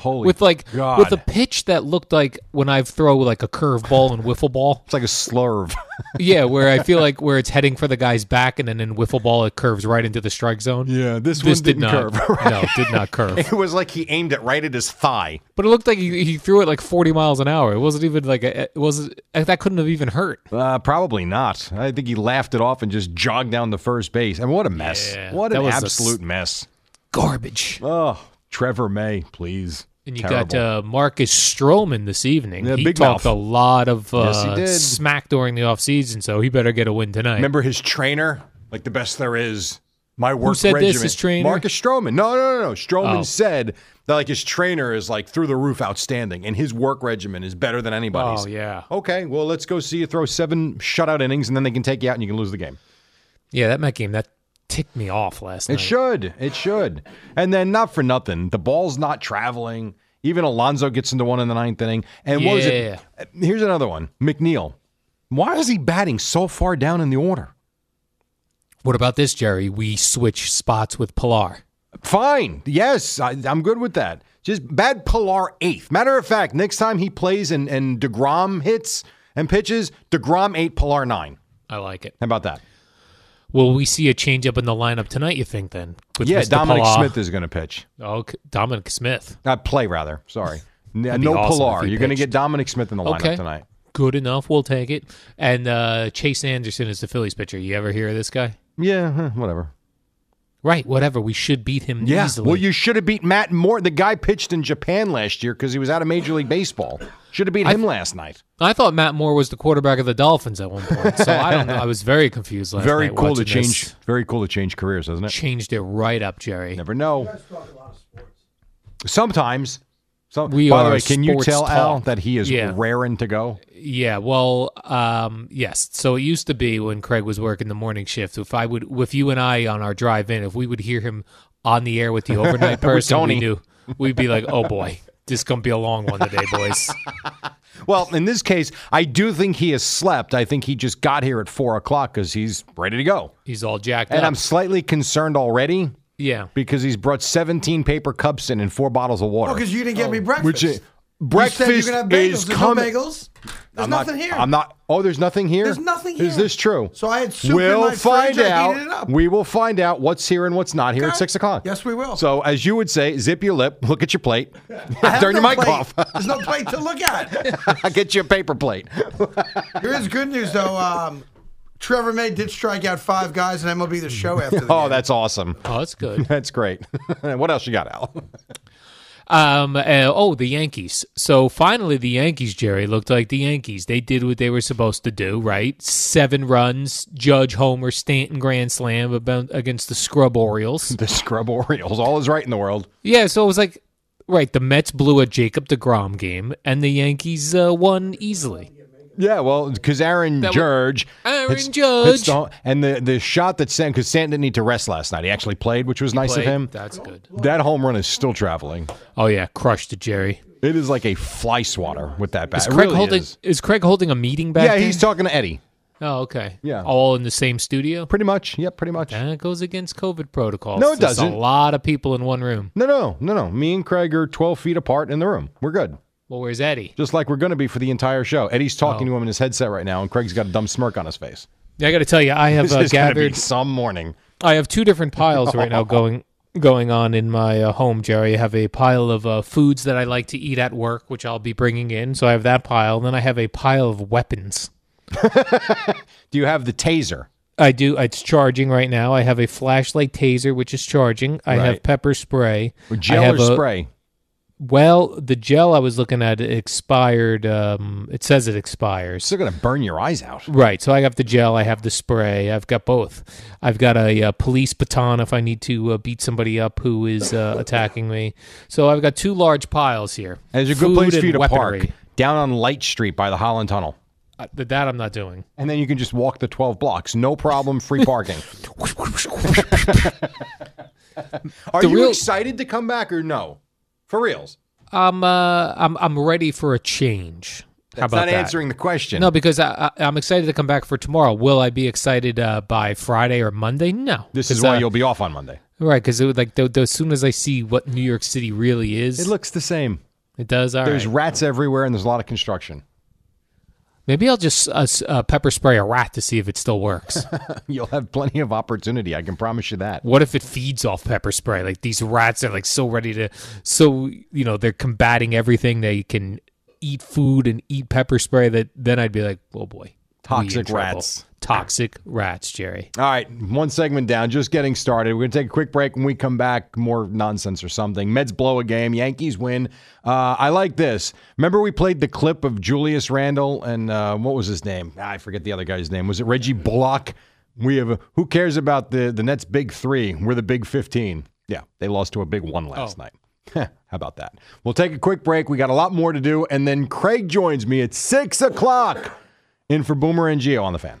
Speaker 1: Holy
Speaker 2: with like
Speaker 1: God.
Speaker 2: with a pitch that looked like when I throw like a curveball and wiffle ball.
Speaker 1: it's like a slurve.
Speaker 2: yeah, where I feel like where it's heading for the guy's back, and then in wiffle ball it curves right into the strike zone.
Speaker 1: Yeah, this one
Speaker 2: this did
Speaker 1: didn't
Speaker 2: not.
Speaker 1: curve, right?
Speaker 2: No, it did not curve.
Speaker 1: it was like he aimed it right at his thigh.
Speaker 2: But it looked like he, he threw it like forty miles an hour. It wasn't even like a, it wasn't that couldn't have even hurt.
Speaker 1: Uh, probably not. I think he laughed it off and just jogged down the first base. I mean, what a mess!
Speaker 2: Yeah,
Speaker 1: what
Speaker 2: that
Speaker 1: an
Speaker 2: was a s-
Speaker 1: absolute mess.
Speaker 2: Garbage.
Speaker 1: Oh, Trevor May, please.
Speaker 2: And you
Speaker 1: Terrible.
Speaker 2: got uh, Marcus Stroman this evening.
Speaker 1: Yeah,
Speaker 2: he
Speaker 1: big
Speaker 2: talked
Speaker 1: mouth.
Speaker 2: a lot of uh,
Speaker 1: Yes, he did.
Speaker 2: smack during the offseason, so he better get a win tonight.
Speaker 1: Remember his trainer, like the best there is. My work
Speaker 2: said this,
Speaker 1: regimen.
Speaker 2: his trainer?
Speaker 1: Marcus Stroman. No, no, no, no. Stroman
Speaker 2: Oh.
Speaker 1: said that like his trainer is like through the roof, outstanding, and his work regimen is better than anybody's.
Speaker 2: Oh yeah,
Speaker 1: Okay, well, let's go see you throw seven shutout innings, and then they can take you out, and you can lose the game.
Speaker 2: yeah. That Met game that ticked me off last
Speaker 1: It
Speaker 2: night.
Speaker 1: should. It should. And then not for nothing, the ball's not traveling. Even Alonzo gets into one in the ninth inning. And what was it? Here's another one. McNeil. Why is he batting so far down in the order?
Speaker 2: What about this, Jerry? We switch spots with Pilar.
Speaker 1: Fine. Yes, I, I'm good with that. Just bad Pilar eighth. Matter of fact, next time he plays and, and DeGrom hits and pitches, DeGrom eight, Pilar nine.
Speaker 2: I like it.
Speaker 1: How about that?
Speaker 2: Will we see a change up in the lineup tonight? You think then? With
Speaker 1: yeah,
Speaker 2: Mr.
Speaker 1: Dominic
Speaker 2: Pilar.
Speaker 1: Smith is going to pitch.
Speaker 2: Oh, K- Dominic Smith.
Speaker 1: Uh, play, rather. Sorry. N-
Speaker 2: be
Speaker 1: no
Speaker 2: awesome if
Speaker 1: Pilar.
Speaker 2: he
Speaker 1: You're going to
Speaker 2: pitched.
Speaker 1: get Dominic Smith in the lineup
Speaker 2: Okay.
Speaker 1: tonight.
Speaker 2: Good enough. We'll take it. And uh, Chase Anderson is the Phillies pitcher. You ever hear of this guy?
Speaker 1: Yeah, huh, whatever.
Speaker 2: Right. Whatever. We should beat him easily.
Speaker 1: Well, you should have beat Matt Moore. The guy pitched in Japan last year because he was out of Major League Baseball. Should have beat him last night.
Speaker 2: I thought Matt Moore was the quarterback of the Dolphins at one point, so I don't know. I was very confused last
Speaker 1: Very
Speaker 2: night
Speaker 1: cool to
Speaker 2: watching
Speaker 1: change.
Speaker 2: this.
Speaker 1: Very cool to change careers, isn't it?
Speaker 2: Changed it right up, Jerry.
Speaker 1: Never know. Sometimes. Some,
Speaker 2: We
Speaker 1: by the
Speaker 2: are
Speaker 1: way, can you
Speaker 2: sports
Speaker 1: tell Al
Speaker 2: talk.
Speaker 1: that he is
Speaker 2: Yeah.
Speaker 1: raring to go?
Speaker 2: Yeah, well, um, yes. So it used to be when Craig was working the morning shift. If I would, with you and I on our drive in, if we would hear him on the air with the overnight person,
Speaker 1: Tony.
Speaker 2: we knew we'd be like, "Oh boy, this gonna be a long one today, boys."
Speaker 1: Well, in this case, I do think he has slept. I think he just got here at four o'clock because he's ready to go.
Speaker 2: He's all jacked
Speaker 1: And
Speaker 2: up.
Speaker 1: I'm slightly concerned already
Speaker 2: yeah,
Speaker 1: because he's brought 17 paper cups in and four bottles of water.
Speaker 4: because Oh, you didn't get me breakfast.
Speaker 1: Which is-
Speaker 4: you said you
Speaker 1: Oh, breakfast
Speaker 4: can
Speaker 1: is
Speaker 4: have bagels. There's no
Speaker 1: coming.
Speaker 4: bagels. There's
Speaker 1: I'm
Speaker 4: nothing
Speaker 1: not,
Speaker 4: here.
Speaker 1: I'm not. Oh, there's nothing here.
Speaker 4: There's nothing here.
Speaker 1: Is this true?
Speaker 4: So I had soup in
Speaker 1: We'll
Speaker 4: my fridge,
Speaker 1: find
Speaker 4: I ate
Speaker 1: out.
Speaker 4: it up.
Speaker 1: We will find out what's here and what's not here at
Speaker 4: Okay.
Speaker 1: six o'clock.
Speaker 4: Yes, we will.
Speaker 1: So, as you would say, zip your lip, look at your plate,
Speaker 4: I have
Speaker 1: turn your
Speaker 4: no
Speaker 1: mic
Speaker 4: plate.
Speaker 1: off,
Speaker 4: There's no plate to look at.
Speaker 1: get your paper plate.
Speaker 4: Here is good news though. Um, Trevor May did strike out five guys in MLB the show after the
Speaker 1: Oh,
Speaker 4: game.
Speaker 1: that's awesome.
Speaker 2: oh, that's good.
Speaker 1: That's great. what else you got, Al?
Speaker 2: Um, uh, oh, the Yankees. So finally, the Yankees, Jerry, looked like the Yankees. They did what they were supposed to do, right? Seven runs, Judge Homer, Stanton grand slam about, against the scrub Orioles.
Speaker 1: The scrub Orioles. All is right in the world.
Speaker 2: Yeah, so it was like, right, the Mets blew a Jacob DeGrom game, and the Yankees uh, won easily.
Speaker 1: Yeah, well, because Aaron
Speaker 2: That was-
Speaker 1: Judge,
Speaker 2: Aaron
Speaker 1: hits- hits
Speaker 2: Judge.
Speaker 1: the home- and the the shot that Sam because Sam didn't need to rest last night. He actually played, which was nice
Speaker 2: Played.
Speaker 1: of him.
Speaker 2: That's good.
Speaker 1: That home run is still traveling.
Speaker 2: Oh yeah, crushed it, Jerry.
Speaker 1: It is like a fly swatter with that bat.
Speaker 2: Is
Speaker 1: It
Speaker 2: Craig
Speaker 1: really
Speaker 2: holding?
Speaker 1: is.
Speaker 2: Is. Craig holding a meeting back?
Speaker 1: Yeah,
Speaker 2: there?
Speaker 1: he's talking to Eddie.
Speaker 2: Oh, okay.
Speaker 1: Yeah.
Speaker 2: all in the same studio.
Speaker 1: Pretty much. Yeah, pretty much.
Speaker 2: That goes against COVID protocols.
Speaker 1: No, it
Speaker 2: That's
Speaker 1: doesn't.
Speaker 2: A lot of people in one room.
Speaker 1: No, no, no, no. Me and Craig are 12 feet apart in the room. We're good.
Speaker 2: Well, where's Eddie?
Speaker 1: Just like we're going to be for the entire show. Eddie's talking
Speaker 2: Oh.
Speaker 1: to him in his headset right now, and Craig's got a dumb smirk on his face.
Speaker 2: I got to tell you, I have
Speaker 1: This
Speaker 2: uh,
Speaker 1: is going to be
Speaker 2: gathered.
Speaker 1: some morning.
Speaker 2: I have two different piles right now going going on in my uh, home, Jerry. I have a pile of uh, foods that I like to eat at work, which I'll be bringing in. So I have that pile. And then I have a pile of weapons.
Speaker 1: Do you have the taser?
Speaker 2: I do. It's charging right now. I have a flashlight taser, which is charging. I
Speaker 1: Right.
Speaker 2: have pepper spray.
Speaker 1: Or
Speaker 2: I
Speaker 1: gel
Speaker 2: have
Speaker 1: or
Speaker 2: a-
Speaker 1: spray?
Speaker 2: Well, the gel I was looking at expired. Um, it says it expires.
Speaker 1: It's still going to burn your eyes out.
Speaker 2: Right. So I have the gel. I have the spray. I've got both. I've got a, uh police baton if I need to uh, beat somebody up who is uh, attacking me. So I've got two large piles here.
Speaker 1: And there's a good
Speaker 2: Food
Speaker 1: place for you
Speaker 2: and
Speaker 1: to
Speaker 2: weaponry.
Speaker 1: park down on Light Street by the Holland Tunnel.
Speaker 2: Uh, th- that I'm not doing.
Speaker 1: And then you can just walk the 12 blocks. No problem, free parking. Are
Speaker 2: The
Speaker 1: you
Speaker 2: real-
Speaker 1: excited to come back or no? For reals?
Speaker 2: I'm uh, I'm I'm ready for a change. How
Speaker 1: That's
Speaker 2: about
Speaker 1: not
Speaker 2: that?
Speaker 1: answering the question.
Speaker 2: No, because I, I, I'm excited to come back for tomorrow. Will I be excited uh, by Friday or Monday? No.
Speaker 1: this is
Speaker 2: 'Cause,
Speaker 1: why
Speaker 2: uh,
Speaker 1: you'll be off on Monday.
Speaker 2: right because it would like th- th- as soon as I see what New York City really is,
Speaker 1: It looks the same.
Speaker 2: it does. All
Speaker 1: There's
Speaker 2: right.
Speaker 1: rats everywhere and there's a lot of construction.
Speaker 2: Maybe I'll just uh, s- uh, pepper spray a rat to see if it still works.
Speaker 1: You'll have plenty of opportunity. I can promise you that.
Speaker 2: what if it feeds off pepper spray? Like these rats are like so ready to, so you know they're combating everything. They can eat food and eat pepper spray. That then I'd be like, oh boy, we in
Speaker 1: Toxic
Speaker 2: trouble.
Speaker 1: rats.
Speaker 2: toxic rats, Jerry.
Speaker 1: All right, one segment down, just getting started. We're going to take a quick break. When we come back, more nonsense or something. Mets blow a game, Yankees win. Uh, I like this. Remember, we played the clip of Julius Randle and uh, what was his name? Ah, I forget the other guy's name. Was it Reggie Bullock? We have who cares about the, the Nets' big three? We're the big 15. Yeah, they lost to a big one last night. Heh, How about that? We'll take a quick break. We got a lot more to do. And then Craig joins me at six o'clock in for Boomer and Geo on the fan.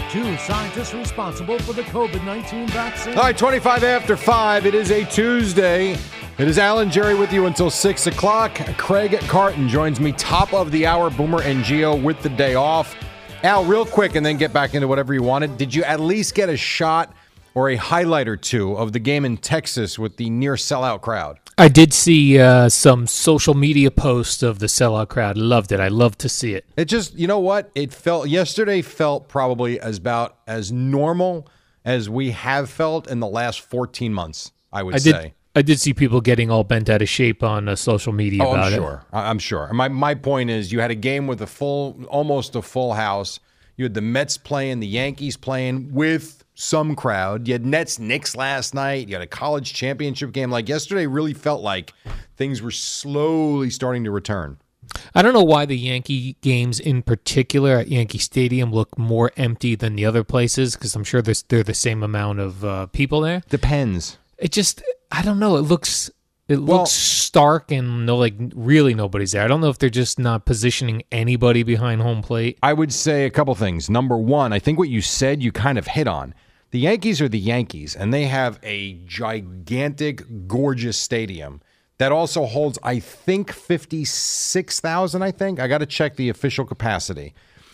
Speaker 3: two scientists responsible for the COVID 19 vaccine.
Speaker 1: All right, 25 after 5. It is a Tuesday. It is Alan Jerry with you until 6 o'clock. Craig Carton joins me top of the hour, Boomer and Geo with the day off. Al, real quick, and then get back into whatever you wanted. Did you at least get a shot or a highlight or two of the game in Texas with the near sellout crowd?
Speaker 2: I did see uh, some social media posts of the sellout crowd. Loved it. I love to see it.
Speaker 1: It just, you know what? It felt yesterday felt probably as about as normal as we have felt in the last 14 months, I would
Speaker 2: I
Speaker 1: say.
Speaker 2: did. I did see people getting all bent out of shape on uh, social media
Speaker 1: Oh,
Speaker 2: about
Speaker 1: I'm
Speaker 2: it.
Speaker 1: sure. I- I'm sure. My my point is, you had a game with a full, almost a full house. You had the Mets playing, the Yankees playing with some crowd. You had Nets Knicks last night. You had a college championship game. Like yesterday, really felt like things were slowly starting to return.
Speaker 2: I don't know why the Yankee games in particular at Yankee Stadium look more empty than the other places because I'm sure there's they're the same amount of uh, people there.
Speaker 1: Depends.
Speaker 2: It just I don't know. It looks it
Speaker 1: Well-
Speaker 2: looks stark and no like really nobody's there. I don't know if they're just not positioning anybody behind home plate.
Speaker 1: I would say a couple things. Number one, I think what you said you kind of hit on. The Yankees are the Yankees, and they have a gigantic, gorgeous stadium that also holds, I think, 56,000. I think. I got to check the official capacity.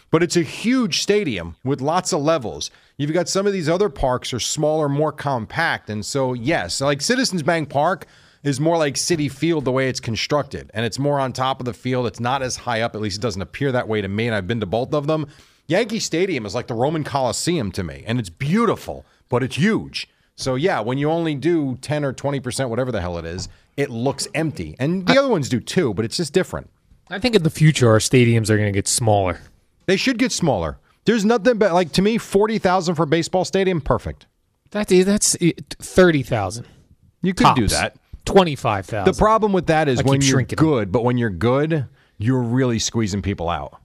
Speaker 1: But it's a huge stadium with lots of levels. You've got some of these other parks are smaller, more compact. And so, yes, like Citizens Bank Park is more like City Field the way it's constructed. And it's more on top of the field. It's not as high up. At least it doesn't appear that way to me. And I've been to both of them. Yankee Stadium is like the Roman Coliseum to me. And it's beautiful, but it's huge. So, yeah, when you only do 10 or 20%, whatever the hell it is, it looks empty. And the other ones do too, but it's just different.
Speaker 2: I think in the future our stadiums are going to get smaller.
Speaker 1: They should get smaller. There's nothing but like to me, forty thousand for a baseball stadium, perfect.
Speaker 2: That is that's thirty thousand.
Speaker 1: You could do that.
Speaker 2: Twenty five thousand.
Speaker 1: The problem with that is
Speaker 2: I keep
Speaker 1: when you're
Speaker 2: shrinking.
Speaker 1: good, but when you're good, you're really squeezing people out.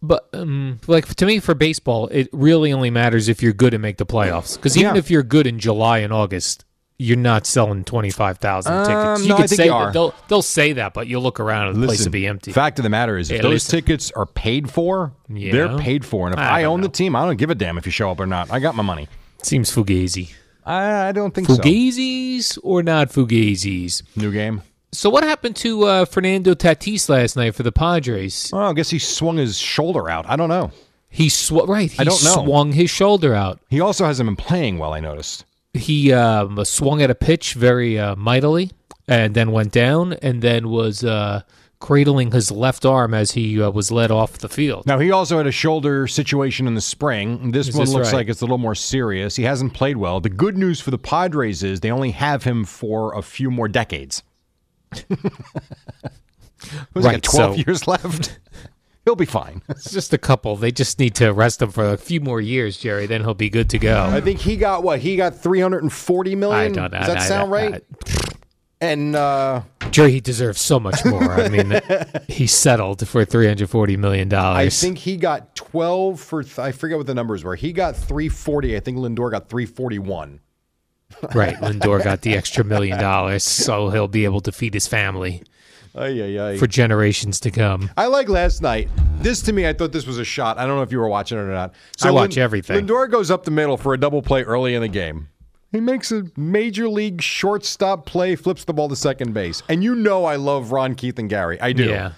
Speaker 2: But um, like to me, for baseball, it really only matters if you're good and make the playoffs. Because even
Speaker 1: Yeah.
Speaker 2: if you're good in July and August, you're not selling twenty five thousand
Speaker 1: Um,
Speaker 2: tickets. You
Speaker 1: no, I
Speaker 2: could
Speaker 1: think
Speaker 2: say
Speaker 1: you
Speaker 2: that-
Speaker 1: are.
Speaker 2: they'll they'll say that, but you'll look around and the place will
Speaker 1: Listen,
Speaker 2: be empty.
Speaker 1: Fact of the matter is, if
Speaker 2: Yeah,
Speaker 1: those
Speaker 2: listen.
Speaker 1: tickets are paid for, they're
Speaker 2: Yeah.
Speaker 1: paid for. And if
Speaker 2: I
Speaker 1: I, own the team, I don't give a damn if you show up or not. I got my money.
Speaker 2: Seems fugazi.
Speaker 1: I, I don't think
Speaker 2: Fugazis or not Fugazis?
Speaker 1: New game.
Speaker 2: So what happened to uh, Fernando Tatis last night for the Padres?
Speaker 1: Oh, I guess he swung his shoulder out. I don't know.
Speaker 2: He sw- right. He
Speaker 1: I don't know.
Speaker 2: swung his shoulder out.
Speaker 1: He also hasn't been playing well. I noticed.
Speaker 2: He um, swung at a pitch very uh, mightily, and then went down, and then was uh, cradling his left arm as he uh, was led off the field.
Speaker 1: Now he also had a shoulder situation in the spring. This
Speaker 2: Is
Speaker 1: one
Speaker 2: this
Speaker 1: looks
Speaker 2: right?
Speaker 1: like it's a little more serious. He hasn't played well. The good news for the Padres is they only have him for a few more decades. There's like
Speaker 2: Right,
Speaker 1: twelve
Speaker 2: so-
Speaker 1: years left. He'll be fine.
Speaker 2: It's just a couple. They just need to rest him for a few more years, Jerry. Then he'll be good to go.
Speaker 1: I think he got what he got three hundred and forty million.
Speaker 2: I don't-
Speaker 1: Does
Speaker 2: I-
Speaker 1: that
Speaker 2: I-
Speaker 1: sound
Speaker 2: I-
Speaker 1: right? and uh,
Speaker 2: Jerry, he deserves so much more. I mean, he settled for three hundred forty million
Speaker 1: I
Speaker 2: dollars.
Speaker 1: think he got twelve for. Th- I forget what the numbers were. He got three forty. I think Lindor got three forty one.
Speaker 2: Right, Lindor got the extra million dollars, so he'll be able to feed his family
Speaker 1: Ay ay ay.
Speaker 2: for generations to come.
Speaker 1: I like last night. This to me, I thought this was a shot. I don't know if you were watching it or not.
Speaker 2: I watch everything.
Speaker 1: Lindor goes up the middle for a double play early in the game. He makes a major league shortstop play, flips the ball to second base. And you know I love Ron Keith and Gary. I do.
Speaker 2: Yeah.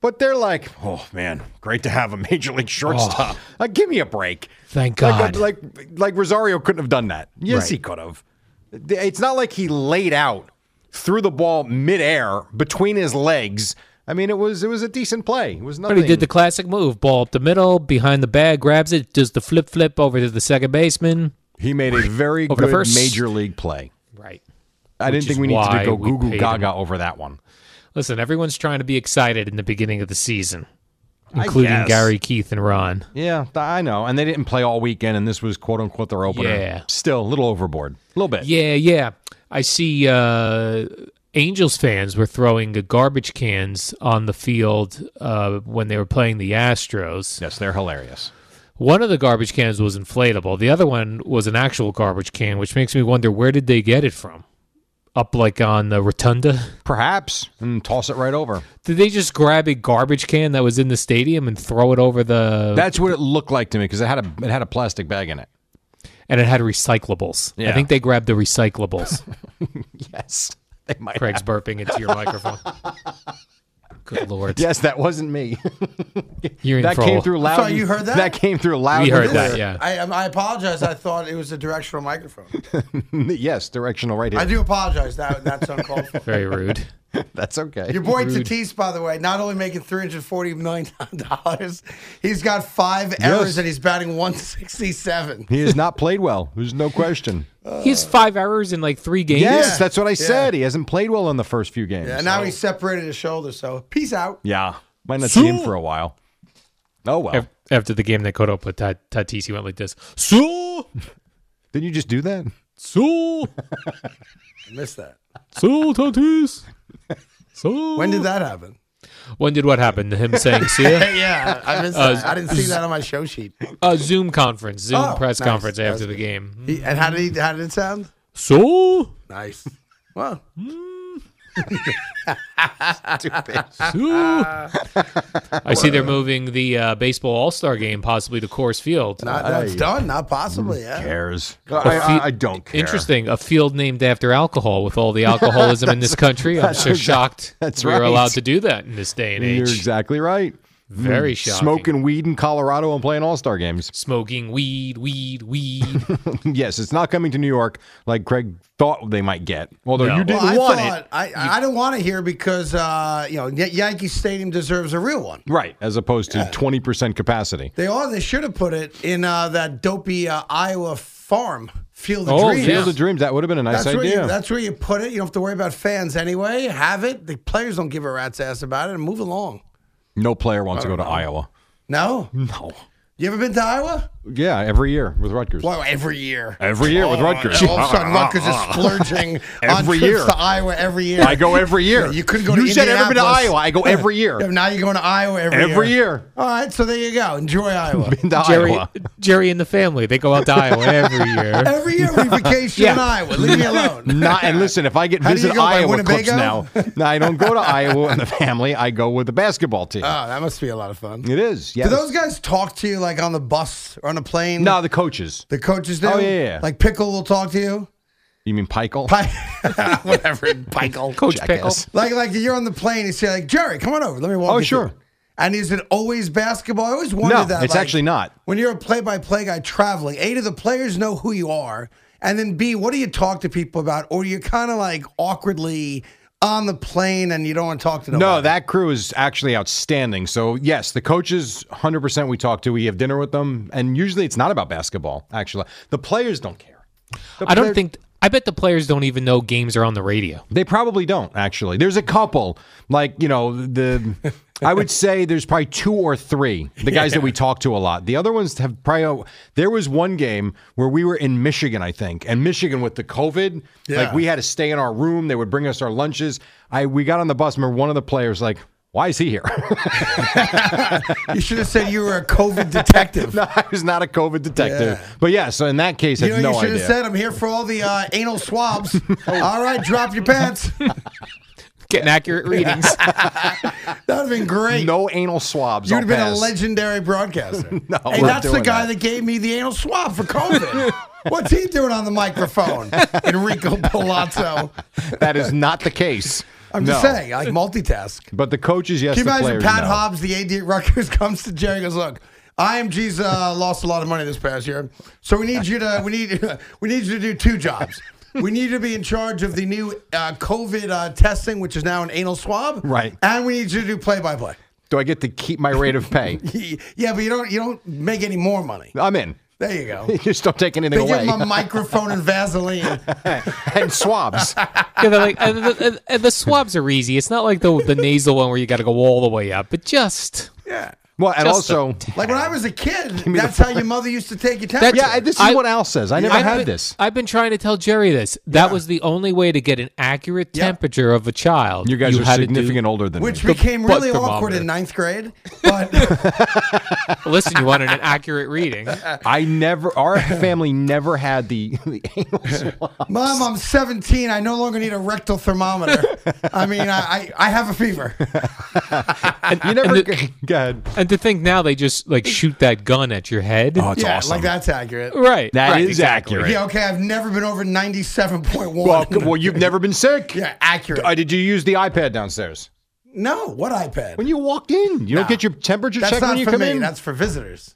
Speaker 1: But they're like, oh man, great to have a major league shortstop. Like, give me a break.
Speaker 2: Oh. Thank
Speaker 1: Like,
Speaker 2: God.
Speaker 1: like, like Rosario couldn't have done that. Yes,
Speaker 2: Right.
Speaker 1: he could have. It's not like he laid out, threw the ball midair between his legs. I mean, it was it was a decent play. It was nothing.
Speaker 2: But he did the classic move: ball up the middle, behind the bag, grabs it, does the flip, flip over to the second baseman.
Speaker 1: He made a very
Speaker 2: Over the
Speaker 1: good
Speaker 2: first-
Speaker 1: major league play.
Speaker 2: Right.
Speaker 1: I
Speaker 2: Which
Speaker 1: didn't think
Speaker 2: is
Speaker 1: we needed to
Speaker 2: why
Speaker 1: go
Speaker 2: we
Speaker 1: Google
Speaker 2: paid
Speaker 1: Gaga over that one.
Speaker 2: Listen, everyone's trying to be excited in the beginning of the season, including
Speaker 1: guess.
Speaker 2: Gary, Keith, and Ron.
Speaker 1: Yeah, th- I know. And they didn't play all weekend, and this was quote unquote their opener.
Speaker 2: Yeah.
Speaker 1: Still a little overboard. A little bit.
Speaker 2: Yeah, yeah. I see uh, Angels fans were throwing the garbage cans on the field uh, when they were playing the Astros.
Speaker 1: Yes, they're hilarious.
Speaker 2: One of the garbage cans was inflatable. The other one was an actual garbage can, which makes me wonder where did they get it from? Up like on the rotunda?
Speaker 1: Perhaps. And toss it right over.
Speaker 2: Did they just grab a garbage can that was in the stadium and throw it over the
Speaker 1: That's what it looked like to me because it had a it had a plastic bag in it.
Speaker 2: and it had recyclables.
Speaker 1: Yeah.
Speaker 2: I think they grabbed the recyclables.
Speaker 1: Yes. They might
Speaker 2: Craig's
Speaker 1: have.
Speaker 2: burping into your microphone. Good lord.
Speaker 1: Yes, that wasn't me.
Speaker 2: You're in
Speaker 1: that
Speaker 2: for a-
Speaker 1: came through loud.
Speaker 4: Sorry,
Speaker 1: and-
Speaker 4: you heard that?
Speaker 1: That came through loud.
Speaker 2: We
Speaker 1: and
Speaker 2: heard that,
Speaker 1: clear.
Speaker 2: yeah.
Speaker 4: I, I apologize. I thought it was a directional microphone.
Speaker 1: yes, directional right here.
Speaker 4: I do apologize. That that's uncalled for.
Speaker 2: Very rude.
Speaker 1: That's okay.
Speaker 4: Your boy Tatis, by the way, not only making three hundred forty million dollars, he's got five errors and he's batting one sixty seven.
Speaker 1: He has not played well. There's no question.
Speaker 2: He has five errors in like three games.
Speaker 1: Yes,
Speaker 4: Yeah.
Speaker 1: that's what I
Speaker 4: Yeah.
Speaker 1: said. He hasn't played well in the first few games.
Speaker 4: Yeah, now he's separated his shoulder. So peace out.
Speaker 1: Yeah. Might not see him for a while. Oh well.
Speaker 2: Af- After the game they caught up with Tat- Tatis, he went like this. So,
Speaker 1: Didn't you just do that?
Speaker 2: so,
Speaker 4: I missed that.
Speaker 2: so, Tatis. So.
Speaker 4: When did that happen?
Speaker 2: When did what happen? Him saying, "See ya."
Speaker 4: yeah, I missed
Speaker 2: Uh,
Speaker 4: that. I didn't see that on my show sheet.
Speaker 2: A Zoom conference, Zoom
Speaker 4: Oh,
Speaker 2: press
Speaker 4: nice.
Speaker 2: conference
Speaker 4: That was
Speaker 2: after the
Speaker 4: good.
Speaker 2: game. Hmm.
Speaker 4: He- and how did he? How did it sound?
Speaker 2: So,
Speaker 4: Nice. Well,
Speaker 2: so. I see they're moving the uh, baseball All Star game possibly to Coors Field.
Speaker 1: Uh,
Speaker 4: not, that's done. Not possibly.
Speaker 1: Mm-hmm.
Speaker 4: Yeah.
Speaker 1: Cares. I, I, I don't care.
Speaker 2: Interesting. A field named after alcohol with all the alcoholism in this country. I'm so shocked
Speaker 1: that's
Speaker 2: we are
Speaker 1: right.
Speaker 2: allowed to do that in this day and age.
Speaker 1: You're exactly right.
Speaker 2: Very
Speaker 1: Mm,
Speaker 2: shocking.
Speaker 1: Smoking weed in Colorado and playing All Star games.
Speaker 2: Smoking weed, weed, weed.
Speaker 1: yes, it's not coming to New York like Craig thought they might get. Although
Speaker 2: No.
Speaker 1: you didn't
Speaker 4: Well, I
Speaker 1: want
Speaker 4: thought
Speaker 1: it.
Speaker 4: I, I don't want it here because uh, you know Yan- Yankee Stadium deserves a real one.
Speaker 1: Right, as opposed to twenty percent capacity.
Speaker 4: They are. They should have put it in uh, that dopey uh, Iowa farm Field of
Speaker 1: oh,
Speaker 4: Dreams.
Speaker 1: Field of Dreams. That would have been a nice
Speaker 4: that's where,
Speaker 1: idea.
Speaker 4: you, that's where you put it. You don't have to worry about fans anyway. Have it. The players don't give a rat's ass about it and move along.
Speaker 1: no player wants to go to Iowa.
Speaker 4: No?
Speaker 1: No.
Speaker 4: You ever been to Iowa?
Speaker 1: Yeah, every year with Rutgers.
Speaker 4: Well, every year.
Speaker 1: Every year with
Speaker 4: Oh,
Speaker 1: Rutgers.
Speaker 4: All of a sudden, Rutgers is splurging on
Speaker 1: Every
Speaker 4: trips
Speaker 1: year.
Speaker 4: to Iowa every year.
Speaker 1: I go every year.
Speaker 4: You couldn't go to
Speaker 1: You said ever been to
Speaker 4: Indianapolis.
Speaker 1: Iowa. I go every year.
Speaker 4: Yeah, now you're going to Iowa every,
Speaker 1: Every
Speaker 4: year. Oh,
Speaker 1: year.
Speaker 4: All right, so there you go. Enjoy Iowa.
Speaker 2: Jerry, Jerry and the family. They go out to Iowa every year.
Speaker 4: Every year we vacation in Iowa. Leave me alone.
Speaker 1: Not, and listen, if I get
Speaker 4: How do you
Speaker 1: visit
Speaker 4: go, by
Speaker 1: Iowa clips
Speaker 4: Winnebago?
Speaker 1: now, no, I don't go to Iowa and the family. I go with the basketball team.
Speaker 4: Oh, that must be a lot of fun.
Speaker 1: it is. Yes.
Speaker 4: Do those guys talk to you like on the bus or on a plane?
Speaker 1: No, the coaches.
Speaker 4: The coaches do?
Speaker 1: Oh, yeah, yeah.
Speaker 4: Like Pickle will talk to you?
Speaker 1: You mean Pikel?
Speaker 4: Whatever,
Speaker 2: Oh,
Speaker 4: Pikel.
Speaker 1: Coach Jackass. Pickle.
Speaker 4: Like, like you're on the plane and you say, like, Jerry, come on over. Let me walk
Speaker 1: Oh,
Speaker 4: you
Speaker 1: sure.
Speaker 4: through." And is it always basketball? I always wondered
Speaker 1: No,
Speaker 4: that.
Speaker 1: it's
Speaker 4: like,
Speaker 1: actually not.
Speaker 4: When you're a play-by-play guy traveling, A, do the players know who you are? And then B, what do you talk to people about? Or you're kind of like awkwardly on the plane and you don't want to talk to nobody?
Speaker 1: No, that crew is actually outstanding. So, yes, the coaches, 100% we talk to. We have dinner with them. And usually it's not about basketball, actually. The players don't care. The
Speaker 2: I
Speaker 1: player-
Speaker 2: don't think. I bet the players don't even know games are on the radio.
Speaker 1: They probably don't actually. There's a couple, like you know the. I would say there's probably two or three the guys that we talk to a lot. The other ones have probably. There was one game where we were in Michigan, I think, and Michigan with the COVID, like
Speaker 4: Yeah.
Speaker 1: we had to stay in our room. They would bring us our lunches. I we got on the bus. Remember, one of the players like, "Why is he here?"
Speaker 4: You should have said you were a COVID detective.
Speaker 1: no, I was not a COVID detective, but yeah. So in that case, I
Speaker 4: You know,
Speaker 1: had no
Speaker 4: you should
Speaker 1: idea.
Speaker 4: have said, I'm here for all the uh, anal swabs. all right, drop your pants. That
Speaker 2: Getting accurate readings.
Speaker 4: would have been great.
Speaker 1: no anal swabs.
Speaker 4: You'd
Speaker 1: I'll
Speaker 4: have been
Speaker 1: pass.
Speaker 4: a legendary broadcaster.
Speaker 1: No,
Speaker 4: hey,
Speaker 1: we're
Speaker 4: that's the
Speaker 1: doing
Speaker 4: guy
Speaker 1: that.
Speaker 4: that. gave me the anal swab for COVID. What's he doing on the microphone? Enrico Palazzo.
Speaker 1: that is not the case.
Speaker 4: I'm just
Speaker 1: No.
Speaker 4: saying, like multitask.
Speaker 1: But the coaches, yes,
Speaker 4: Can you
Speaker 1: the
Speaker 4: imagine
Speaker 1: players,
Speaker 4: Pat
Speaker 1: no.
Speaker 4: Hobbs, the AD at Rutgers, comes to Jerry and goes, "Look, IMG's uh, lost a lot of money this past year, so we need you to we need we need you to do two jobs. We need you to be in charge of the new uh, COVID uh, testing, which is now an anal swab,
Speaker 1: Right.
Speaker 4: And we need you to do play by play.
Speaker 1: Do I get to keep my rate of pay?
Speaker 4: Yeah, but you don't you don't make any more money.
Speaker 1: I'm in.
Speaker 4: There you go.
Speaker 1: You just don't take anything
Speaker 4: They give
Speaker 1: away.
Speaker 4: him a microphone and Vaseline.
Speaker 1: and swabs.
Speaker 2: Yeah, they're like, uh, the, uh, uh, the swabs are easy. It's not like the the nasal one where you got to go all the way up, but just
Speaker 1: Well, and
Speaker 2: Just a
Speaker 1: also,
Speaker 4: Like when I was a kid,
Speaker 1: me the
Speaker 4: that's how your mother used to take your temperature.
Speaker 1: yeah, this is
Speaker 2: I-
Speaker 1: what Al says. I never
Speaker 2: I've
Speaker 1: had
Speaker 2: been-
Speaker 1: this.
Speaker 2: I've been trying to tell Jerry this. That was the only way to get an accurate temperature of a child.
Speaker 1: You guys are
Speaker 2: had to do-
Speaker 1: significant older than
Speaker 4: which
Speaker 1: me.
Speaker 4: became
Speaker 2: butt
Speaker 4: really awkward
Speaker 2: thermometer.
Speaker 4: in ninth grade, but.
Speaker 2: Listen, you wanted an accurate reading.
Speaker 1: I never, our family never had the, the anal swab.
Speaker 4: Mom, I'm 17. I no longer need a rectal thermometer. I mean, I, I, I have a fever.
Speaker 1: You never,
Speaker 2: and
Speaker 1: g- go ahead.
Speaker 2: And to think now they just like shoot that gun at your head.
Speaker 1: Oh, it's
Speaker 4: yeah,
Speaker 1: awesome.
Speaker 4: like that's accurate.
Speaker 2: right.
Speaker 1: That
Speaker 2: right,
Speaker 1: is
Speaker 2: exactly.
Speaker 1: accurate.
Speaker 4: Yeah, okay. I've never been over 97.1.
Speaker 1: Well, c- well, you've never been sick.
Speaker 4: yeah, accurate.
Speaker 1: Uh, did you use the iPad downstairs?
Speaker 4: no, what iPad?
Speaker 1: When you walked in, you don't get your temperature
Speaker 4: that's
Speaker 1: checked
Speaker 4: not
Speaker 1: when you
Speaker 4: for
Speaker 1: come
Speaker 4: me.
Speaker 1: in.
Speaker 4: That's for visitors.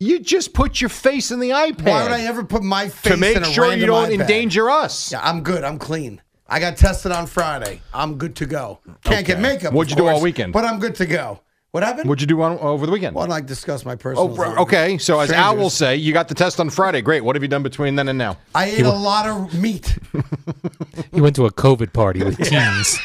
Speaker 1: you just put your face in the iPad
Speaker 4: Why would I ever put my face
Speaker 1: to make
Speaker 4: in a
Speaker 1: sure you
Speaker 4: random
Speaker 1: don't
Speaker 4: iPad?
Speaker 1: endanger us.
Speaker 4: Yeah, I'm good. I'm clean. I got tested on Friday. I'm good to go. Can't get makeup.
Speaker 1: What'd
Speaker 4: of
Speaker 1: you do all
Speaker 4: course,
Speaker 1: weekend?
Speaker 4: But I'm good to go. What happened?
Speaker 1: What'd you do on, over the weekend?
Speaker 4: well, I like discuss my personal.
Speaker 1: Oh, bro, okay. So as Al will
Speaker 4: Strangers.
Speaker 1: say, you got the test on Friday. Great. What have you done between then and now?
Speaker 4: I ate a lot of meat.
Speaker 2: You went to a COVID party with teens.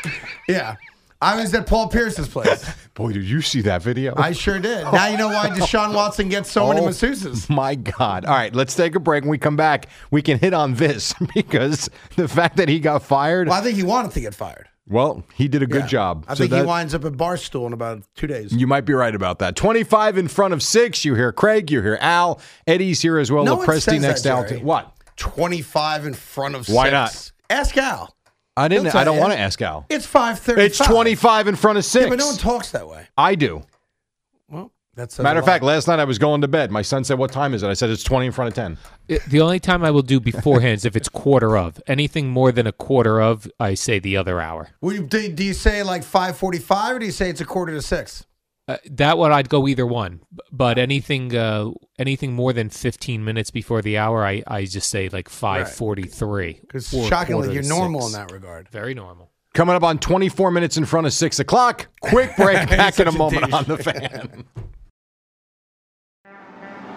Speaker 4: Yeah. I was at Paul Pierce's place.
Speaker 1: Boy, did you see that video?
Speaker 4: I sure did. Now you know why Deshaun Watson gets so many
Speaker 1: Oh.
Speaker 4: masseuses.
Speaker 1: My God. All right, let's take a break. When we come back, we can hit on this because the fact that he got fired,
Speaker 4: Well, I think he wanted to get fired.
Speaker 1: well, he did a good
Speaker 4: Yeah.
Speaker 1: job.
Speaker 4: I
Speaker 1: So
Speaker 4: think he
Speaker 1: that-
Speaker 4: winds up at Barstool in about two days.
Speaker 1: You might be right about that. 25 in front of six. You hear Craig, you hear Al. Eddie's here as well.
Speaker 4: No one
Speaker 1: Lepresti
Speaker 4: says
Speaker 1: next
Speaker 4: that,
Speaker 1: Al.
Speaker 4: Jerry.
Speaker 1: What?
Speaker 4: 25 in front of
Speaker 1: Why
Speaker 4: six. Why not? Ask Al.
Speaker 1: I didn't.
Speaker 4: He'll tell
Speaker 1: I don't
Speaker 4: you.
Speaker 1: want to ask Al.
Speaker 4: It's 535.
Speaker 1: It's 25 in front of six.
Speaker 4: Yeah, but no one talks that way.
Speaker 1: I do.
Speaker 4: Well, that's
Speaker 1: Matter of fact, last night I was going to bed. My son said, What time is it? I said, It's 20 in front of 10.
Speaker 2: It- the only time I will do beforehand is if it's quarter of. Anything more than a quarter of, I say the other hour.
Speaker 4: Well, you- do, do you say like 545 or do you say it's a quarter to six?
Speaker 2: Uh, that one I'd go either one, B- but anything uh, anything more than fifteen minutes before the hour, I, I just say like five forty three.
Speaker 4: Because shockingly, you're normal in that regard.
Speaker 2: Very normal.
Speaker 1: Coming up on 24 minutes in front of 6 o'clock. Quick break. Back in
Speaker 4: such
Speaker 1: a
Speaker 4: a
Speaker 1: moment
Speaker 4: douche.
Speaker 1: on the fan.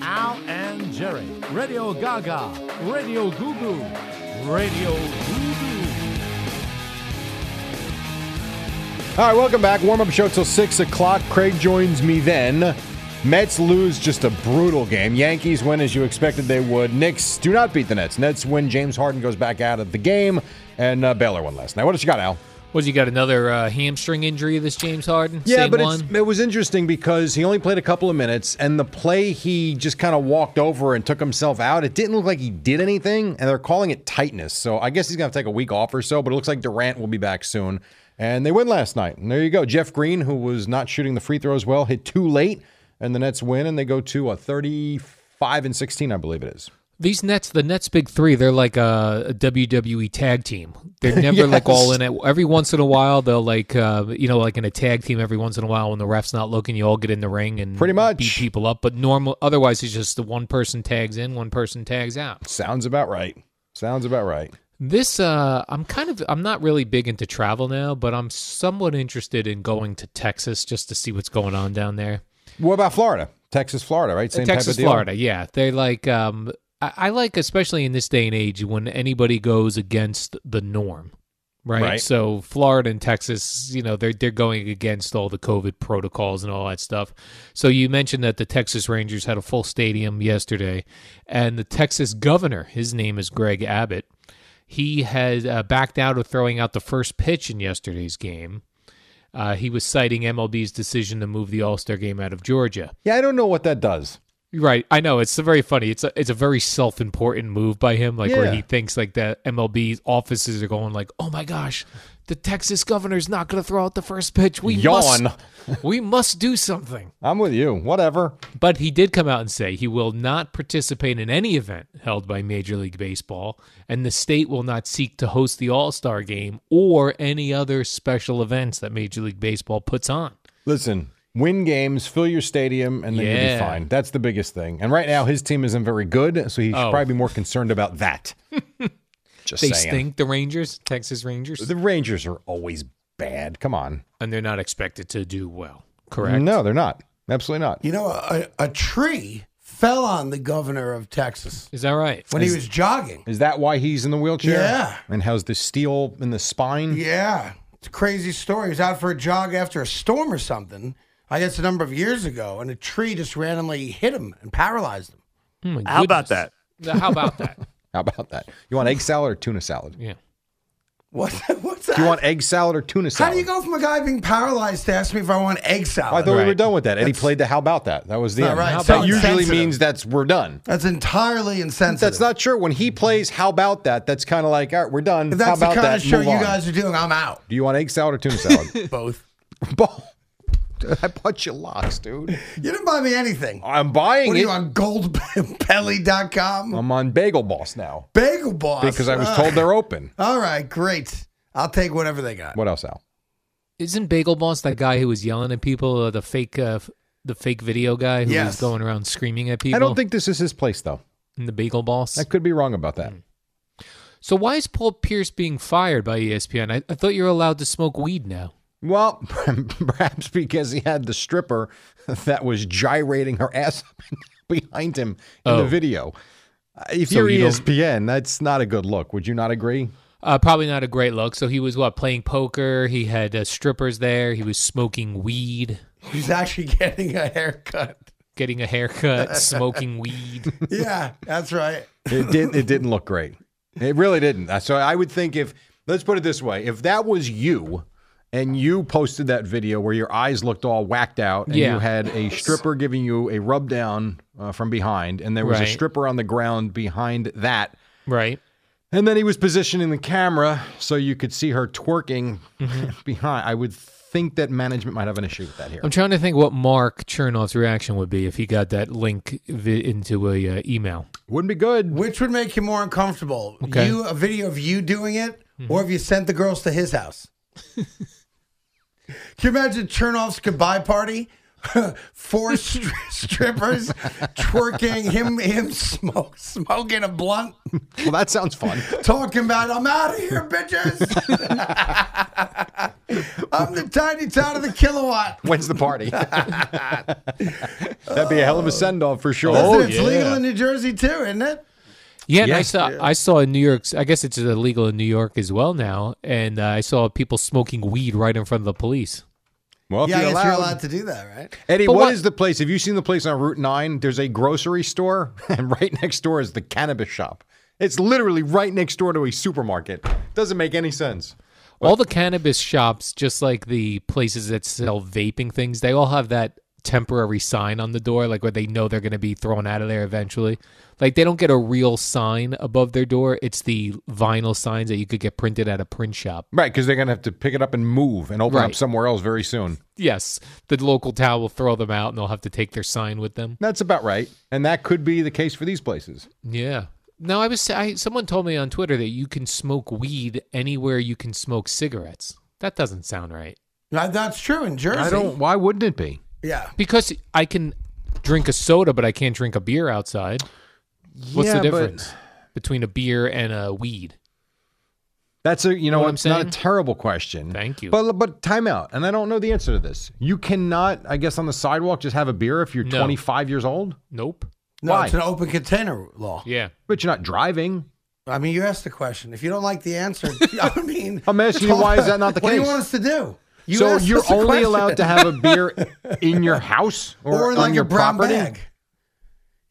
Speaker 3: Al and Jerry, Radio Gaga, Radio Goo Goo, Radio Goo
Speaker 1: All right, welcome back. Warm up show till 6 o'clock. Craig joins me then. Mets lose just a brutal game. Yankees win as you expected they would. Knicks do not beat the Nets. Nets win. James Harden goes back out of the game. And uh, Baylor won last night. What else you got, Al?
Speaker 2: Was you got another uh, hamstring injury? This James Harden.
Speaker 1: Yeah,
Speaker 2: Same
Speaker 1: but
Speaker 2: one?
Speaker 1: it's, it was interesting because he only played a couple of minutes, and the play he just kind of walked over and took himself out. It didn't look like he did anything, and they're calling it tightness. So I guess he's going to take a week off or so. But it looks like Durant will be back soon, and they win last night. And there you go. Jeff Green, who was not shooting the free throws well, hit too late, and the Nets win, and they go to a thirty-five and sixteen, I believe it is.
Speaker 2: These Nets, the Nets big three, they're like a, a WWE tag team. They're never like all in it. Every once in a while, they'll like uh, you know like in a tag team. Every once in a while, when the ref's not looking, you all get in the ring and pretty much beat people up. But normal, otherwise, it's just the one person tags in, one person tags out.
Speaker 1: Sounds about right. Sounds about right.
Speaker 2: This uh, I'm kind of I'm not really big into travel now, but I'm somewhat interested in going to Texas just to see what's going on down there.
Speaker 1: What about Florida? Texas, Florida, right? Same
Speaker 2: Texas,
Speaker 1: type of deal.
Speaker 2: Florida. Yeah, they like. Um, I, I like, especially in this day and age, when anybody goes against the norm, right?
Speaker 1: Right.
Speaker 2: So Florida and Texas, you know, they're they're going against all the COVID protocols and all that stuff. So you mentioned that the Texas Rangers had a full stadium yesterday, and the Texas governor, his name is Greg Abbott. He had uh, backed out of throwing out the first pitch in yesterday's game. Uh, he was citing MLB's decision to move the All Star game out of Georgia.
Speaker 1: Yeah, I don't know what that does.
Speaker 2: Right, I know it's very funny. It's a it's a very self important move by him, like where
Speaker 1: Yeah.
Speaker 2: he thinks like that MLB offices are going like, oh my gosh, the Texas governor's not going to throw out the first pitch. We
Speaker 1: Yawn.
Speaker 2: must we must do something.
Speaker 1: I'm with you. Whatever.
Speaker 2: But he did come out and say he will not participate in any event held by Major League Baseball, and the state will not seek to host the All Star Game or any other special events that Major League Baseball puts on.
Speaker 1: Listen, win games, fill your stadium, and then you'll
Speaker 2: Yeah.
Speaker 1: be fine. That's the biggest thing. And right now, his team isn't very good, so he should
Speaker 2: Oh.
Speaker 1: probably be more concerned about that. Just
Speaker 2: they
Speaker 1: saying.
Speaker 2: stink. The Rangers, Texas Rangers.
Speaker 1: The Rangers are always bad. Come on.
Speaker 2: and they're not expected to do well. Correct.
Speaker 1: No, they're not. Absolutely not.
Speaker 4: You know, a, a tree fell on the governor of Texas.
Speaker 2: Is that right?
Speaker 4: When he was jogging.
Speaker 1: Is that why he's in the wheelchair?
Speaker 4: Yeah.
Speaker 1: And how's the steel in the spine?
Speaker 4: Yeah. It's a crazy story. He was out for a jog after a storm or something, I guess a number of years ago, and a tree just randomly hit him and paralyzed him.
Speaker 2: How about that? How about that?
Speaker 1: How about that? You want egg salad or tuna salad?
Speaker 2: Yeah.
Speaker 4: What? What's that?
Speaker 1: Do you want egg salad or tuna
Speaker 4: How
Speaker 1: salad?
Speaker 4: do you go from a guy being paralyzed to ask me if I want egg salad?
Speaker 1: I thought we were done with that. Eddie played the how about that. That was the
Speaker 4: Not
Speaker 1: end.
Speaker 4: right. How
Speaker 1: That
Speaker 4: about
Speaker 1: usually
Speaker 4: that?
Speaker 1: means that's we're done.
Speaker 4: That's entirely insensitive.
Speaker 1: That's not sure. When he plays how about that, that's kind of like, all right, we're done.
Speaker 4: If
Speaker 1: how
Speaker 4: that's the
Speaker 1: about
Speaker 4: kind
Speaker 1: that?
Speaker 4: of show
Speaker 1: Move
Speaker 4: you
Speaker 1: on.
Speaker 4: guys are doing, I'm out.
Speaker 1: Do you want egg salad or tuna salad?
Speaker 4: Both.
Speaker 1: Dude, I bought you locks, dude.
Speaker 4: You didn't buy me anything.
Speaker 1: I'm buying
Speaker 4: What are
Speaker 1: it.
Speaker 4: you on goldbelly.com?
Speaker 1: I'm on Bagel Boss now
Speaker 4: Bagel Boss.
Speaker 1: Um, because I was
Speaker 4: Ugh.
Speaker 1: told they're open.
Speaker 4: All right, great. I'll take whatever they got.
Speaker 1: What else, Al?
Speaker 2: Isn't Bagel Boss that guy who was yelling at people? Uh, the fake, uh, f- the fake video guy who
Speaker 1: Yes.
Speaker 2: was going around screaming at people.
Speaker 1: I don't think this is his place, though.
Speaker 2: in the Bagel Boss.
Speaker 1: I could be wrong about that.
Speaker 2: So why is Paul Pierce being fired by E ESPN? I, I thought you were allowed to smoke weed now.
Speaker 1: Well, perhaps because he had the stripper that was gyrating her ass behind him in the
Speaker 2: Oh.
Speaker 1: video. Uh, If
Speaker 2: So
Speaker 1: you're
Speaker 2: you don't-
Speaker 1: ESPN, that's not a good look. Would you not agree?
Speaker 2: Uh, probably not a great look. So he was what playing poker. He had uh, strippers there. He was smoking weed,
Speaker 4: He's actually getting a haircut.
Speaker 2: getting a haircut, smoking weed.
Speaker 4: Yeah, that's right.
Speaker 1: It didn't. It didn't look great. It really didn't. Uh, So I would think if let's put it this way, if that was you, and you posted that video where your eyes looked all whacked out, and
Speaker 2: Yeah.
Speaker 1: you had a stripper giving you a rub down uh, from behind, and there was a
Speaker 2: Right.
Speaker 1: stripper on the ground behind that,
Speaker 2: Right. Mm-hmm.
Speaker 1: and then he was positioning the camera so you could see her twerking behind. I would think that management might have an issue with that here.
Speaker 2: I'm trying to think what Mark Chernoff's reaction would be if he got that link vi- into a uh, email.
Speaker 1: Wouldn't be good.
Speaker 4: Which would make you more uncomfortable?
Speaker 2: Okay.
Speaker 4: You a video of you doing it,
Speaker 1: Mm-hmm.
Speaker 4: or if you sent the girls to his house? Can you imagine Chernoff's goodbye party? Four stri- strippers twerking, him him smoke, smoking a blunt.
Speaker 1: Well, that sounds fun.
Speaker 4: Talking about, I'm out of here, bitches. I'm the tiny tot of the kilowatt.
Speaker 1: When's the party? That'd be a
Speaker 2: Uh,
Speaker 1: hell of a send off for sure.
Speaker 2: oh,
Speaker 4: Listen, it's legal in New Jersey too, isn't it?
Speaker 2: Yeah, and I
Speaker 4: Yes,
Speaker 2: saw
Speaker 4: yeah.
Speaker 2: I saw in New York. I guess it's illegal in New York as well now, and uh, I saw people smoking weed right in front of the police.
Speaker 1: Well, if
Speaker 4: yeah, I
Speaker 1: you're
Speaker 4: guess
Speaker 1: allowed,
Speaker 4: you're allowed to do that, right?
Speaker 1: Eddie,
Speaker 2: But
Speaker 1: what
Speaker 2: what-
Speaker 1: is the place? Have you seen the place on Route 9? There's a grocery store, and right next door is the cannabis shop. It's literally right next door to a supermarket. Doesn't make any sense.
Speaker 2: All the cannabis shops, just like the places that sell vaping things, they all have that temporary sign on the door, like where they know they're going to be thrown out of there eventually. Like they don't get a real sign above their door; it's the vinyl signs that you could get printed at a print shop.
Speaker 1: Right, because they're going to have to pick it up and move and open up
Speaker 2: Right.
Speaker 1: somewhere else very soon.
Speaker 2: Yes, the local town will throw them out, and they'll have to take their sign with them.
Speaker 1: That's about right. And that could be the case for these places.
Speaker 2: Yeah. No, I was. I, someone told me on Twitter that you can smoke weed anywhere you can smoke cigarettes. That doesn't sound right.
Speaker 4: Now, that's true in Jersey.
Speaker 1: I don't. Why wouldn't it be?
Speaker 4: Yeah.
Speaker 2: Because I can drink a soda, but I can't drink a beer outside. What's
Speaker 1: Yeah,
Speaker 2: the
Speaker 1: but-
Speaker 2: difference between a beer and a weed?
Speaker 1: That's a you know,
Speaker 2: Know what I'm
Speaker 1: it's not a
Speaker 2: saying?
Speaker 1: terrible question. Thank
Speaker 2: you.
Speaker 1: But but time out, and I don't know the answer to this. You cannot, I guess, on the sidewalk just have a beer if you're
Speaker 2: No.
Speaker 1: 25 years old.
Speaker 2: Nope.
Speaker 4: No,
Speaker 1: Why?
Speaker 4: it's an open container law.
Speaker 2: Yeah.
Speaker 1: But you're not driving.
Speaker 4: I mean, you asked the question. If you don't like the answer, I mean,
Speaker 1: I'm asking you why is that not the
Speaker 4: what do you
Speaker 1: case?
Speaker 4: want us to do? You
Speaker 1: so
Speaker 4: asked
Speaker 1: you're
Speaker 4: us the
Speaker 1: only
Speaker 4: question.
Speaker 1: allowed to have a beer in your house or,
Speaker 4: or, like
Speaker 1: on your
Speaker 4: a brown
Speaker 1: property.
Speaker 4: bag.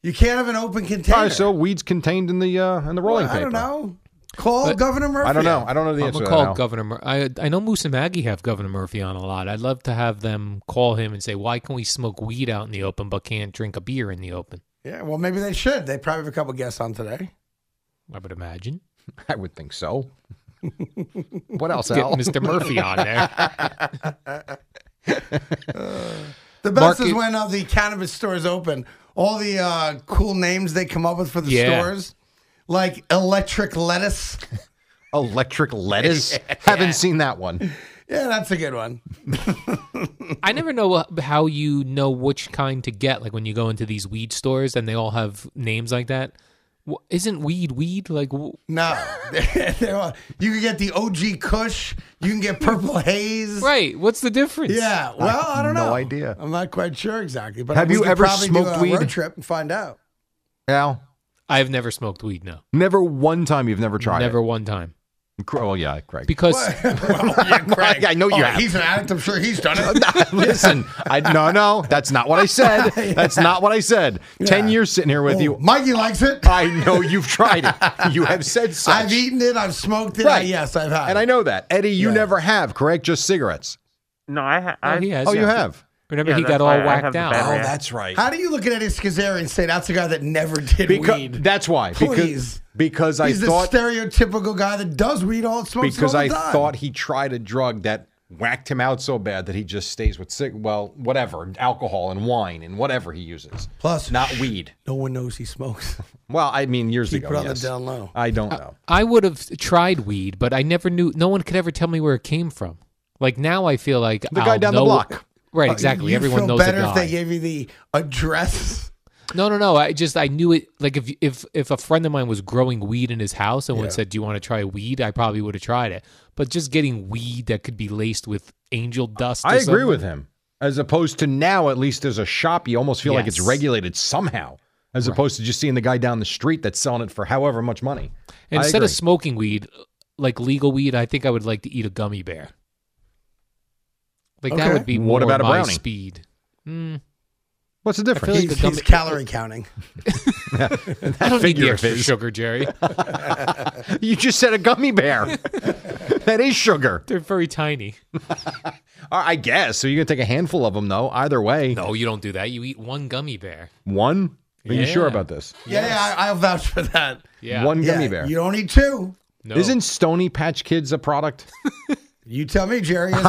Speaker 4: You can't have an open container.
Speaker 1: All right, so weed's contained in the uh, in the rolling
Speaker 4: I
Speaker 1: paper.
Speaker 4: don't know. Call
Speaker 2: But-
Speaker 4: Governor Murphy.
Speaker 1: I don't know. I don't know the
Speaker 2: I'm
Speaker 1: answer.
Speaker 2: gonna
Speaker 1: to
Speaker 2: call
Speaker 1: that now.
Speaker 2: Governor. Mur- I I know Moose and Maggie have Governor Murphy on a lot. I'd love to have them call him and say, "Why can we smoke weed out in the open but can't drink a beer in the open?"
Speaker 4: Yeah, well, maybe they should. They probably have a couple guests on today.
Speaker 2: I would imagine.
Speaker 1: I would think so. what else?
Speaker 2: Get
Speaker 1: Al?
Speaker 2: Mr. Murphy on
Speaker 4: there. the best
Speaker 2: Mark,
Speaker 4: is
Speaker 2: you-
Speaker 4: when uh, the cannabis stores open. All the uh, cool names they come up with for the
Speaker 1: Yeah.
Speaker 4: stores, like electric lettuce.
Speaker 1: Electric lettuce. Haven't seen that one.
Speaker 4: Yeah, that's a good one.
Speaker 2: I never know wh- how you know which kind to get. Like when you go into these weed stores and they all have names like that. Wh- Isn't weed weed? Like wh-
Speaker 4: No, They're all- you can get the OG Kush. You can get Purple Haze.
Speaker 2: right? What's the difference?
Speaker 4: Yeah. Well, I, don't know.
Speaker 1: No idea.
Speaker 4: I'm not quite sure exactly. But
Speaker 1: Have
Speaker 4: we
Speaker 1: you
Speaker 4: could
Speaker 1: ever
Speaker 4: probably
Speaker 1: smoked
Speaker 4: do a
Speaker 1: weed?
Speaker 4: Road trip and find out.
Speaker 1: Al,
Speaker 2: I've never smoked weed. No,
Speaker 1: never one time you've never tried.
Speaker 2: never one time.
Speaker 1: It. Cr- Well, yeah, Craig.
Speaker 2: Because
Speaker 4: Craig.
Speaker 1: I know you
Speaker 4: Oh,
Speaker 1: have.
Speaker 4: He's an addict. I'm sure he's done it.
Speaker 1: Listen, I no, no, that's not what I said. That's not what I said. Ten years sitting here with you.
Speaker 4: Oh, Mikey likes it.
Speaker 1: I know you've tried it. You have said so.
Speaker 4: I've eaten it. I've smoked it. I-
Speaker 1: Right.
Speaker 4: yes, I've had.
Speaker 1: And
Speaker 4: it.
Speaker 1: I know that. Eddie, you never have, correct? Just cigarettes.
Speaker 5: No, I ha-
Speaker 2: Oh,
Speaker 5: I,
Speaker 2: he has,
Speaker 1: oh, you
Speaker 2: yeah.
Speaker 1: have.
Speaker 2: Remember,
Speaker 5: Yeah,
Speaker 2: he
Speaker 5: that's
Speaker 2: got all
Speaker 5: why I have
Speaker 2: whacked
Speaker 5: the
Speaker 2: out.
Speaker 5: bad rap.
Speaker 1: right.
Speaker 4: How do you look at Eddie Scazzeri and say that's a guy that never did
Speaker 1: Because
Speaker 4: weed?
Speaker 1: that's why.
Speaker 4: Please.
Speaker 1: Because because I
Speaker 4: he's the
Speaker 1: thought
Speaker 4: stereotypical guy that does weed all smokes it
Speaker 1: because
Speaker 4: all
Speaker 1: I
Speaker 4: the time.
Speaker 1: thought he tried a drug that whacked him out so bad that he just stays with cig well, whatever, alcohol and wine and whatever he uses.
Speaker 4: Plus,
Speaker 1: not weed.
Speaker 4: no one knows he smokes.
Speaker 1: Well, I mean years
Speaker 4: Keep
Speaker 1: ago.
Speaker 4: it on the
Speaker 1: yes.
Speaker 4: down low. Uh,
Speaker 1: I don't know.
Speaker 2: I would have tried weed, but I never knew. No one could ever tell me where it came from. Like now, I feel like
Speaker 1: The
Speaker 2: I'll
Speaker 1: guy down the
Speaker 2: know-
Speaker 1: block.
Speaker 2: Right,
Speaker 4: Uh,
Speaker 2: exactly.
Speaker 4: you
Speaker 2: Everyone
Speaker 4: feel
Speaker 2: knows the
Speaker 4: better
Speaker 2: guy.
Speaker 4: if they gave you the address.
Speaker 2: No, no, no. I just I knew it. Like if if if a friend of mine was growing weed in his house and
Speaker 4: Yeah.
Speaker 2: one said, "Do you want to try weed?" I probably would have tried it. But just getting weed that could be laced with angel dust. or
Speaker 1: I agree
Speaker 2: something-
Speaker 1: with him. As opposed to now, at least there's a shop, you almost feel like it's
Speaker 2: Yes.
Speaker 1: regulated somehow, as opposed to just seeing the guy down the street that's selling it for however much money. I
Speaker 2: Instead of
Speaker 1: agree.
Speaker 2: smoking weed, like legal weed, I think I would like to eat a gummy bear. Like that
Speaker 4: Okay.
Speaker 2: would be
Speaker 1: What
Speaker 2: more
Speaker 1: about a
Speaker 2: my
Speaker 1: brownie?
Speaker 2: speed. Mm,
Speaker 1: what's the difference?
Speaker 2: like
Speaker 4: he's,
Speaker 2: a gummy-
Speaker 4: he's calorie counting.
Speaker 2: I don't need
Speaker 1: figure
Speaker 2: the
Speaker 1: of
Speaker 2: extra
Speaker 1: his.
Speaker 2: sugar, Jerry.
Speaker 1: you just said a gummy bear. that is sugar.
Speaker 2: They're very tiny.
Speaker 1: Uh, I I guess. So you're gonna take a handful of them though. Either way,
Speaker 2: No, you don't do that. You eat one gummy bear.
Speaker 1: one. Are you sure
Speaker 2: Yeah.
Speaker 1: about this?
Speaker 4: Yeah, yeah, I, I'll vouch for that.
Speaker 2: Yeah.
Speaker 1: One
Speaker 4: Yeah,
Speaker 1: gummy bear.
Speaker 4: You don't need two.
Speaker 2: No.
Speaker 1: Isn't Stony Patch Kids a product?
Speaker 4: You tell me, Jerry, is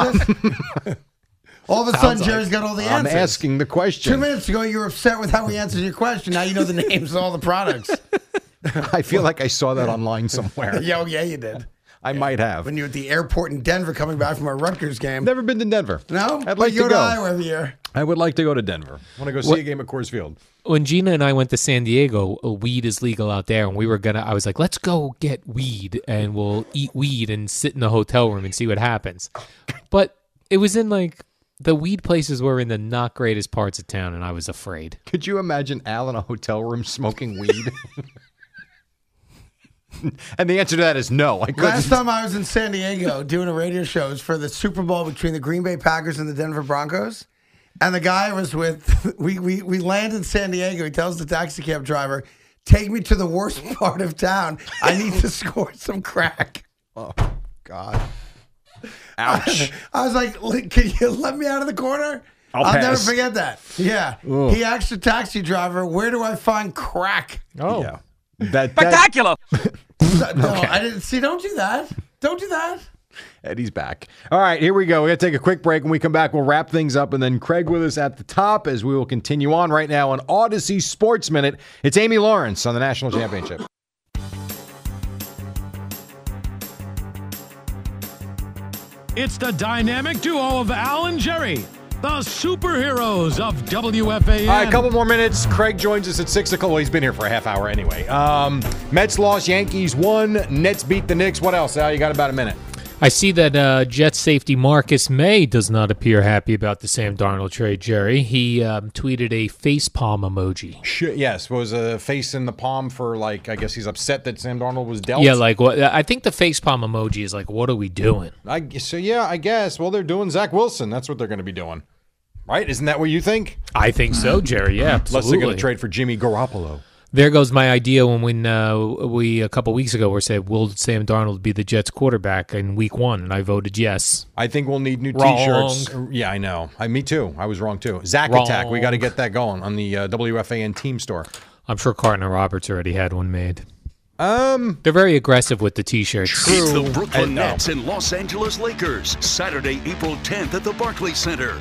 Speaker 4: it? all of a sudden,
Speaker 1: Sounds like-
Speaker 4: Jerry's got all the
Speaker 1: I'm
Speaker 4: answers.
Speaker 1: asking the question.
Speaker 4: Two minutes ago, you were upset with how we answered your question. Now you know the names of all the products.
Speaker 1: I feel like I saw that online somewhere.
Speaker 4: yeah, oh, yeah, you did.
Speaker 1: I might have.
Speaker 4: When you were at the airport in Denver coming back from a Rutgers game.
Speaker 1: Never been to Denver.
Speaker 4: No?
Speaker 1: I'd
Speaker 4: But
Speaker 1: like to
Speaker 4: you go to
Speaker 1: go.
Speaker 4: Iowa every year.
Speaker 1: I would like to go to Denver. I want to go see
Speaker 2: What-
Speaker 1: a game at Coors Field.
Speaker 2: when Gina and I went to San Diego, uh, weed is legal out there, and we were gonna. I was like, "Let's go get weed, and we'll eat weed and sit in the hotel room and see what happens." But it was in like the weed places were in the not greatest parts of town, and I was afraid.
Speaker 1: Could you imagine Al in a hotel room smoking weed? and the answer to that is no. I couldn't.
Speaker 4: Last time I was in San Diego doing a radio show it was for the Super Bowl between the Green Bay Packers and the Denver Broncos. And the guy I was with, we, we, we land in San Diego. He tells the taxi cab driver, Take me to the worst part of town. I need to score some crack.
Speaker 1: Oh, God.
Speaker 4: Ouch. I, was like, "L- Can you let me out of the corner?
Speaker 1: I'll
Speaker 4: never
Speaker 1: pass.
Speaker 4: forget that. Yeah.
Speaker 1: Ooh.
Speaker 4: He asked the taxi driver, Where do I find crack?
Speaker 1: Oh. Yeah. That, that,
Speaker 4: Spectacular. no, I didn't see. Don't do that. Don't do that.
Speaker 1: Eddie's back. All right, here we go. We're going to take a quick break. When we come back, we'll wrap things up. And then Craig with us at the top as we will continue on right now on Odyssey Sports Minute. It's Amy Lawrence on the National Championship.
Speaker 3: It's the dynamic duo of Al and Jerry, the superheroes of E. WFAN.
Speaker 1: All right, a couple more minutes. Craig joins us at six o'clock. Well, he's been here for a half hour anyway. Um, Mets lost, Yankees won, Nets beat the Knicks. What else? Al, you got about a minute.
Speaker 2: I see that uh, Jets safety Marcus May does not appear happy about the Sam Darnold trade. Jerry, he um, tweeted a facepalm emoji.
Speaker 1: Sure, yes, was a face in the palm for like I guess he's upset that Sam Darnold was dealt.
Speaker 2: Yeah, like what? I think the facepalm emoji is like, "What are we doing?"
Speaker 1: I gu- so yeah, I guess. Well, they're doing Zach Wilson. That's what they're going to be doing, right? Isn't that what you think?
Speaker 2: I think so, Jerry. Yeah,
Speaker 1: unless they're going
Speaker 2: absolutely.
Speaker 1: to trade for Jimmy Garoppolo.
Speaker 2: There goes my idea when when uh, we a couple weeks ago were said, "Will Sam Darnold be the Jets quarterback in Week One?" And I voted yes.
Speaker 1: I think we'll need new
Speaker 2: Wrong.
Speaker 1: T-shirts. Yeah, I know. I me too. I was wrong too. Zach
Speaker 2: Wrong.
Speaker 1: Attack. We got to get that going on the uh, WFAN team store.
Speaker 2: I'm sure Carter Roberts already had one made.
Speaker 1: Um,
Speaker 2: they're very aggressive with the T-shirts.
Speaker 5: It's the Brooklyn
Speaker 2: And, uh,
Speaker 5: Nets and Los Angeles Lakers, Saturday, April 10th at the Barclays Center.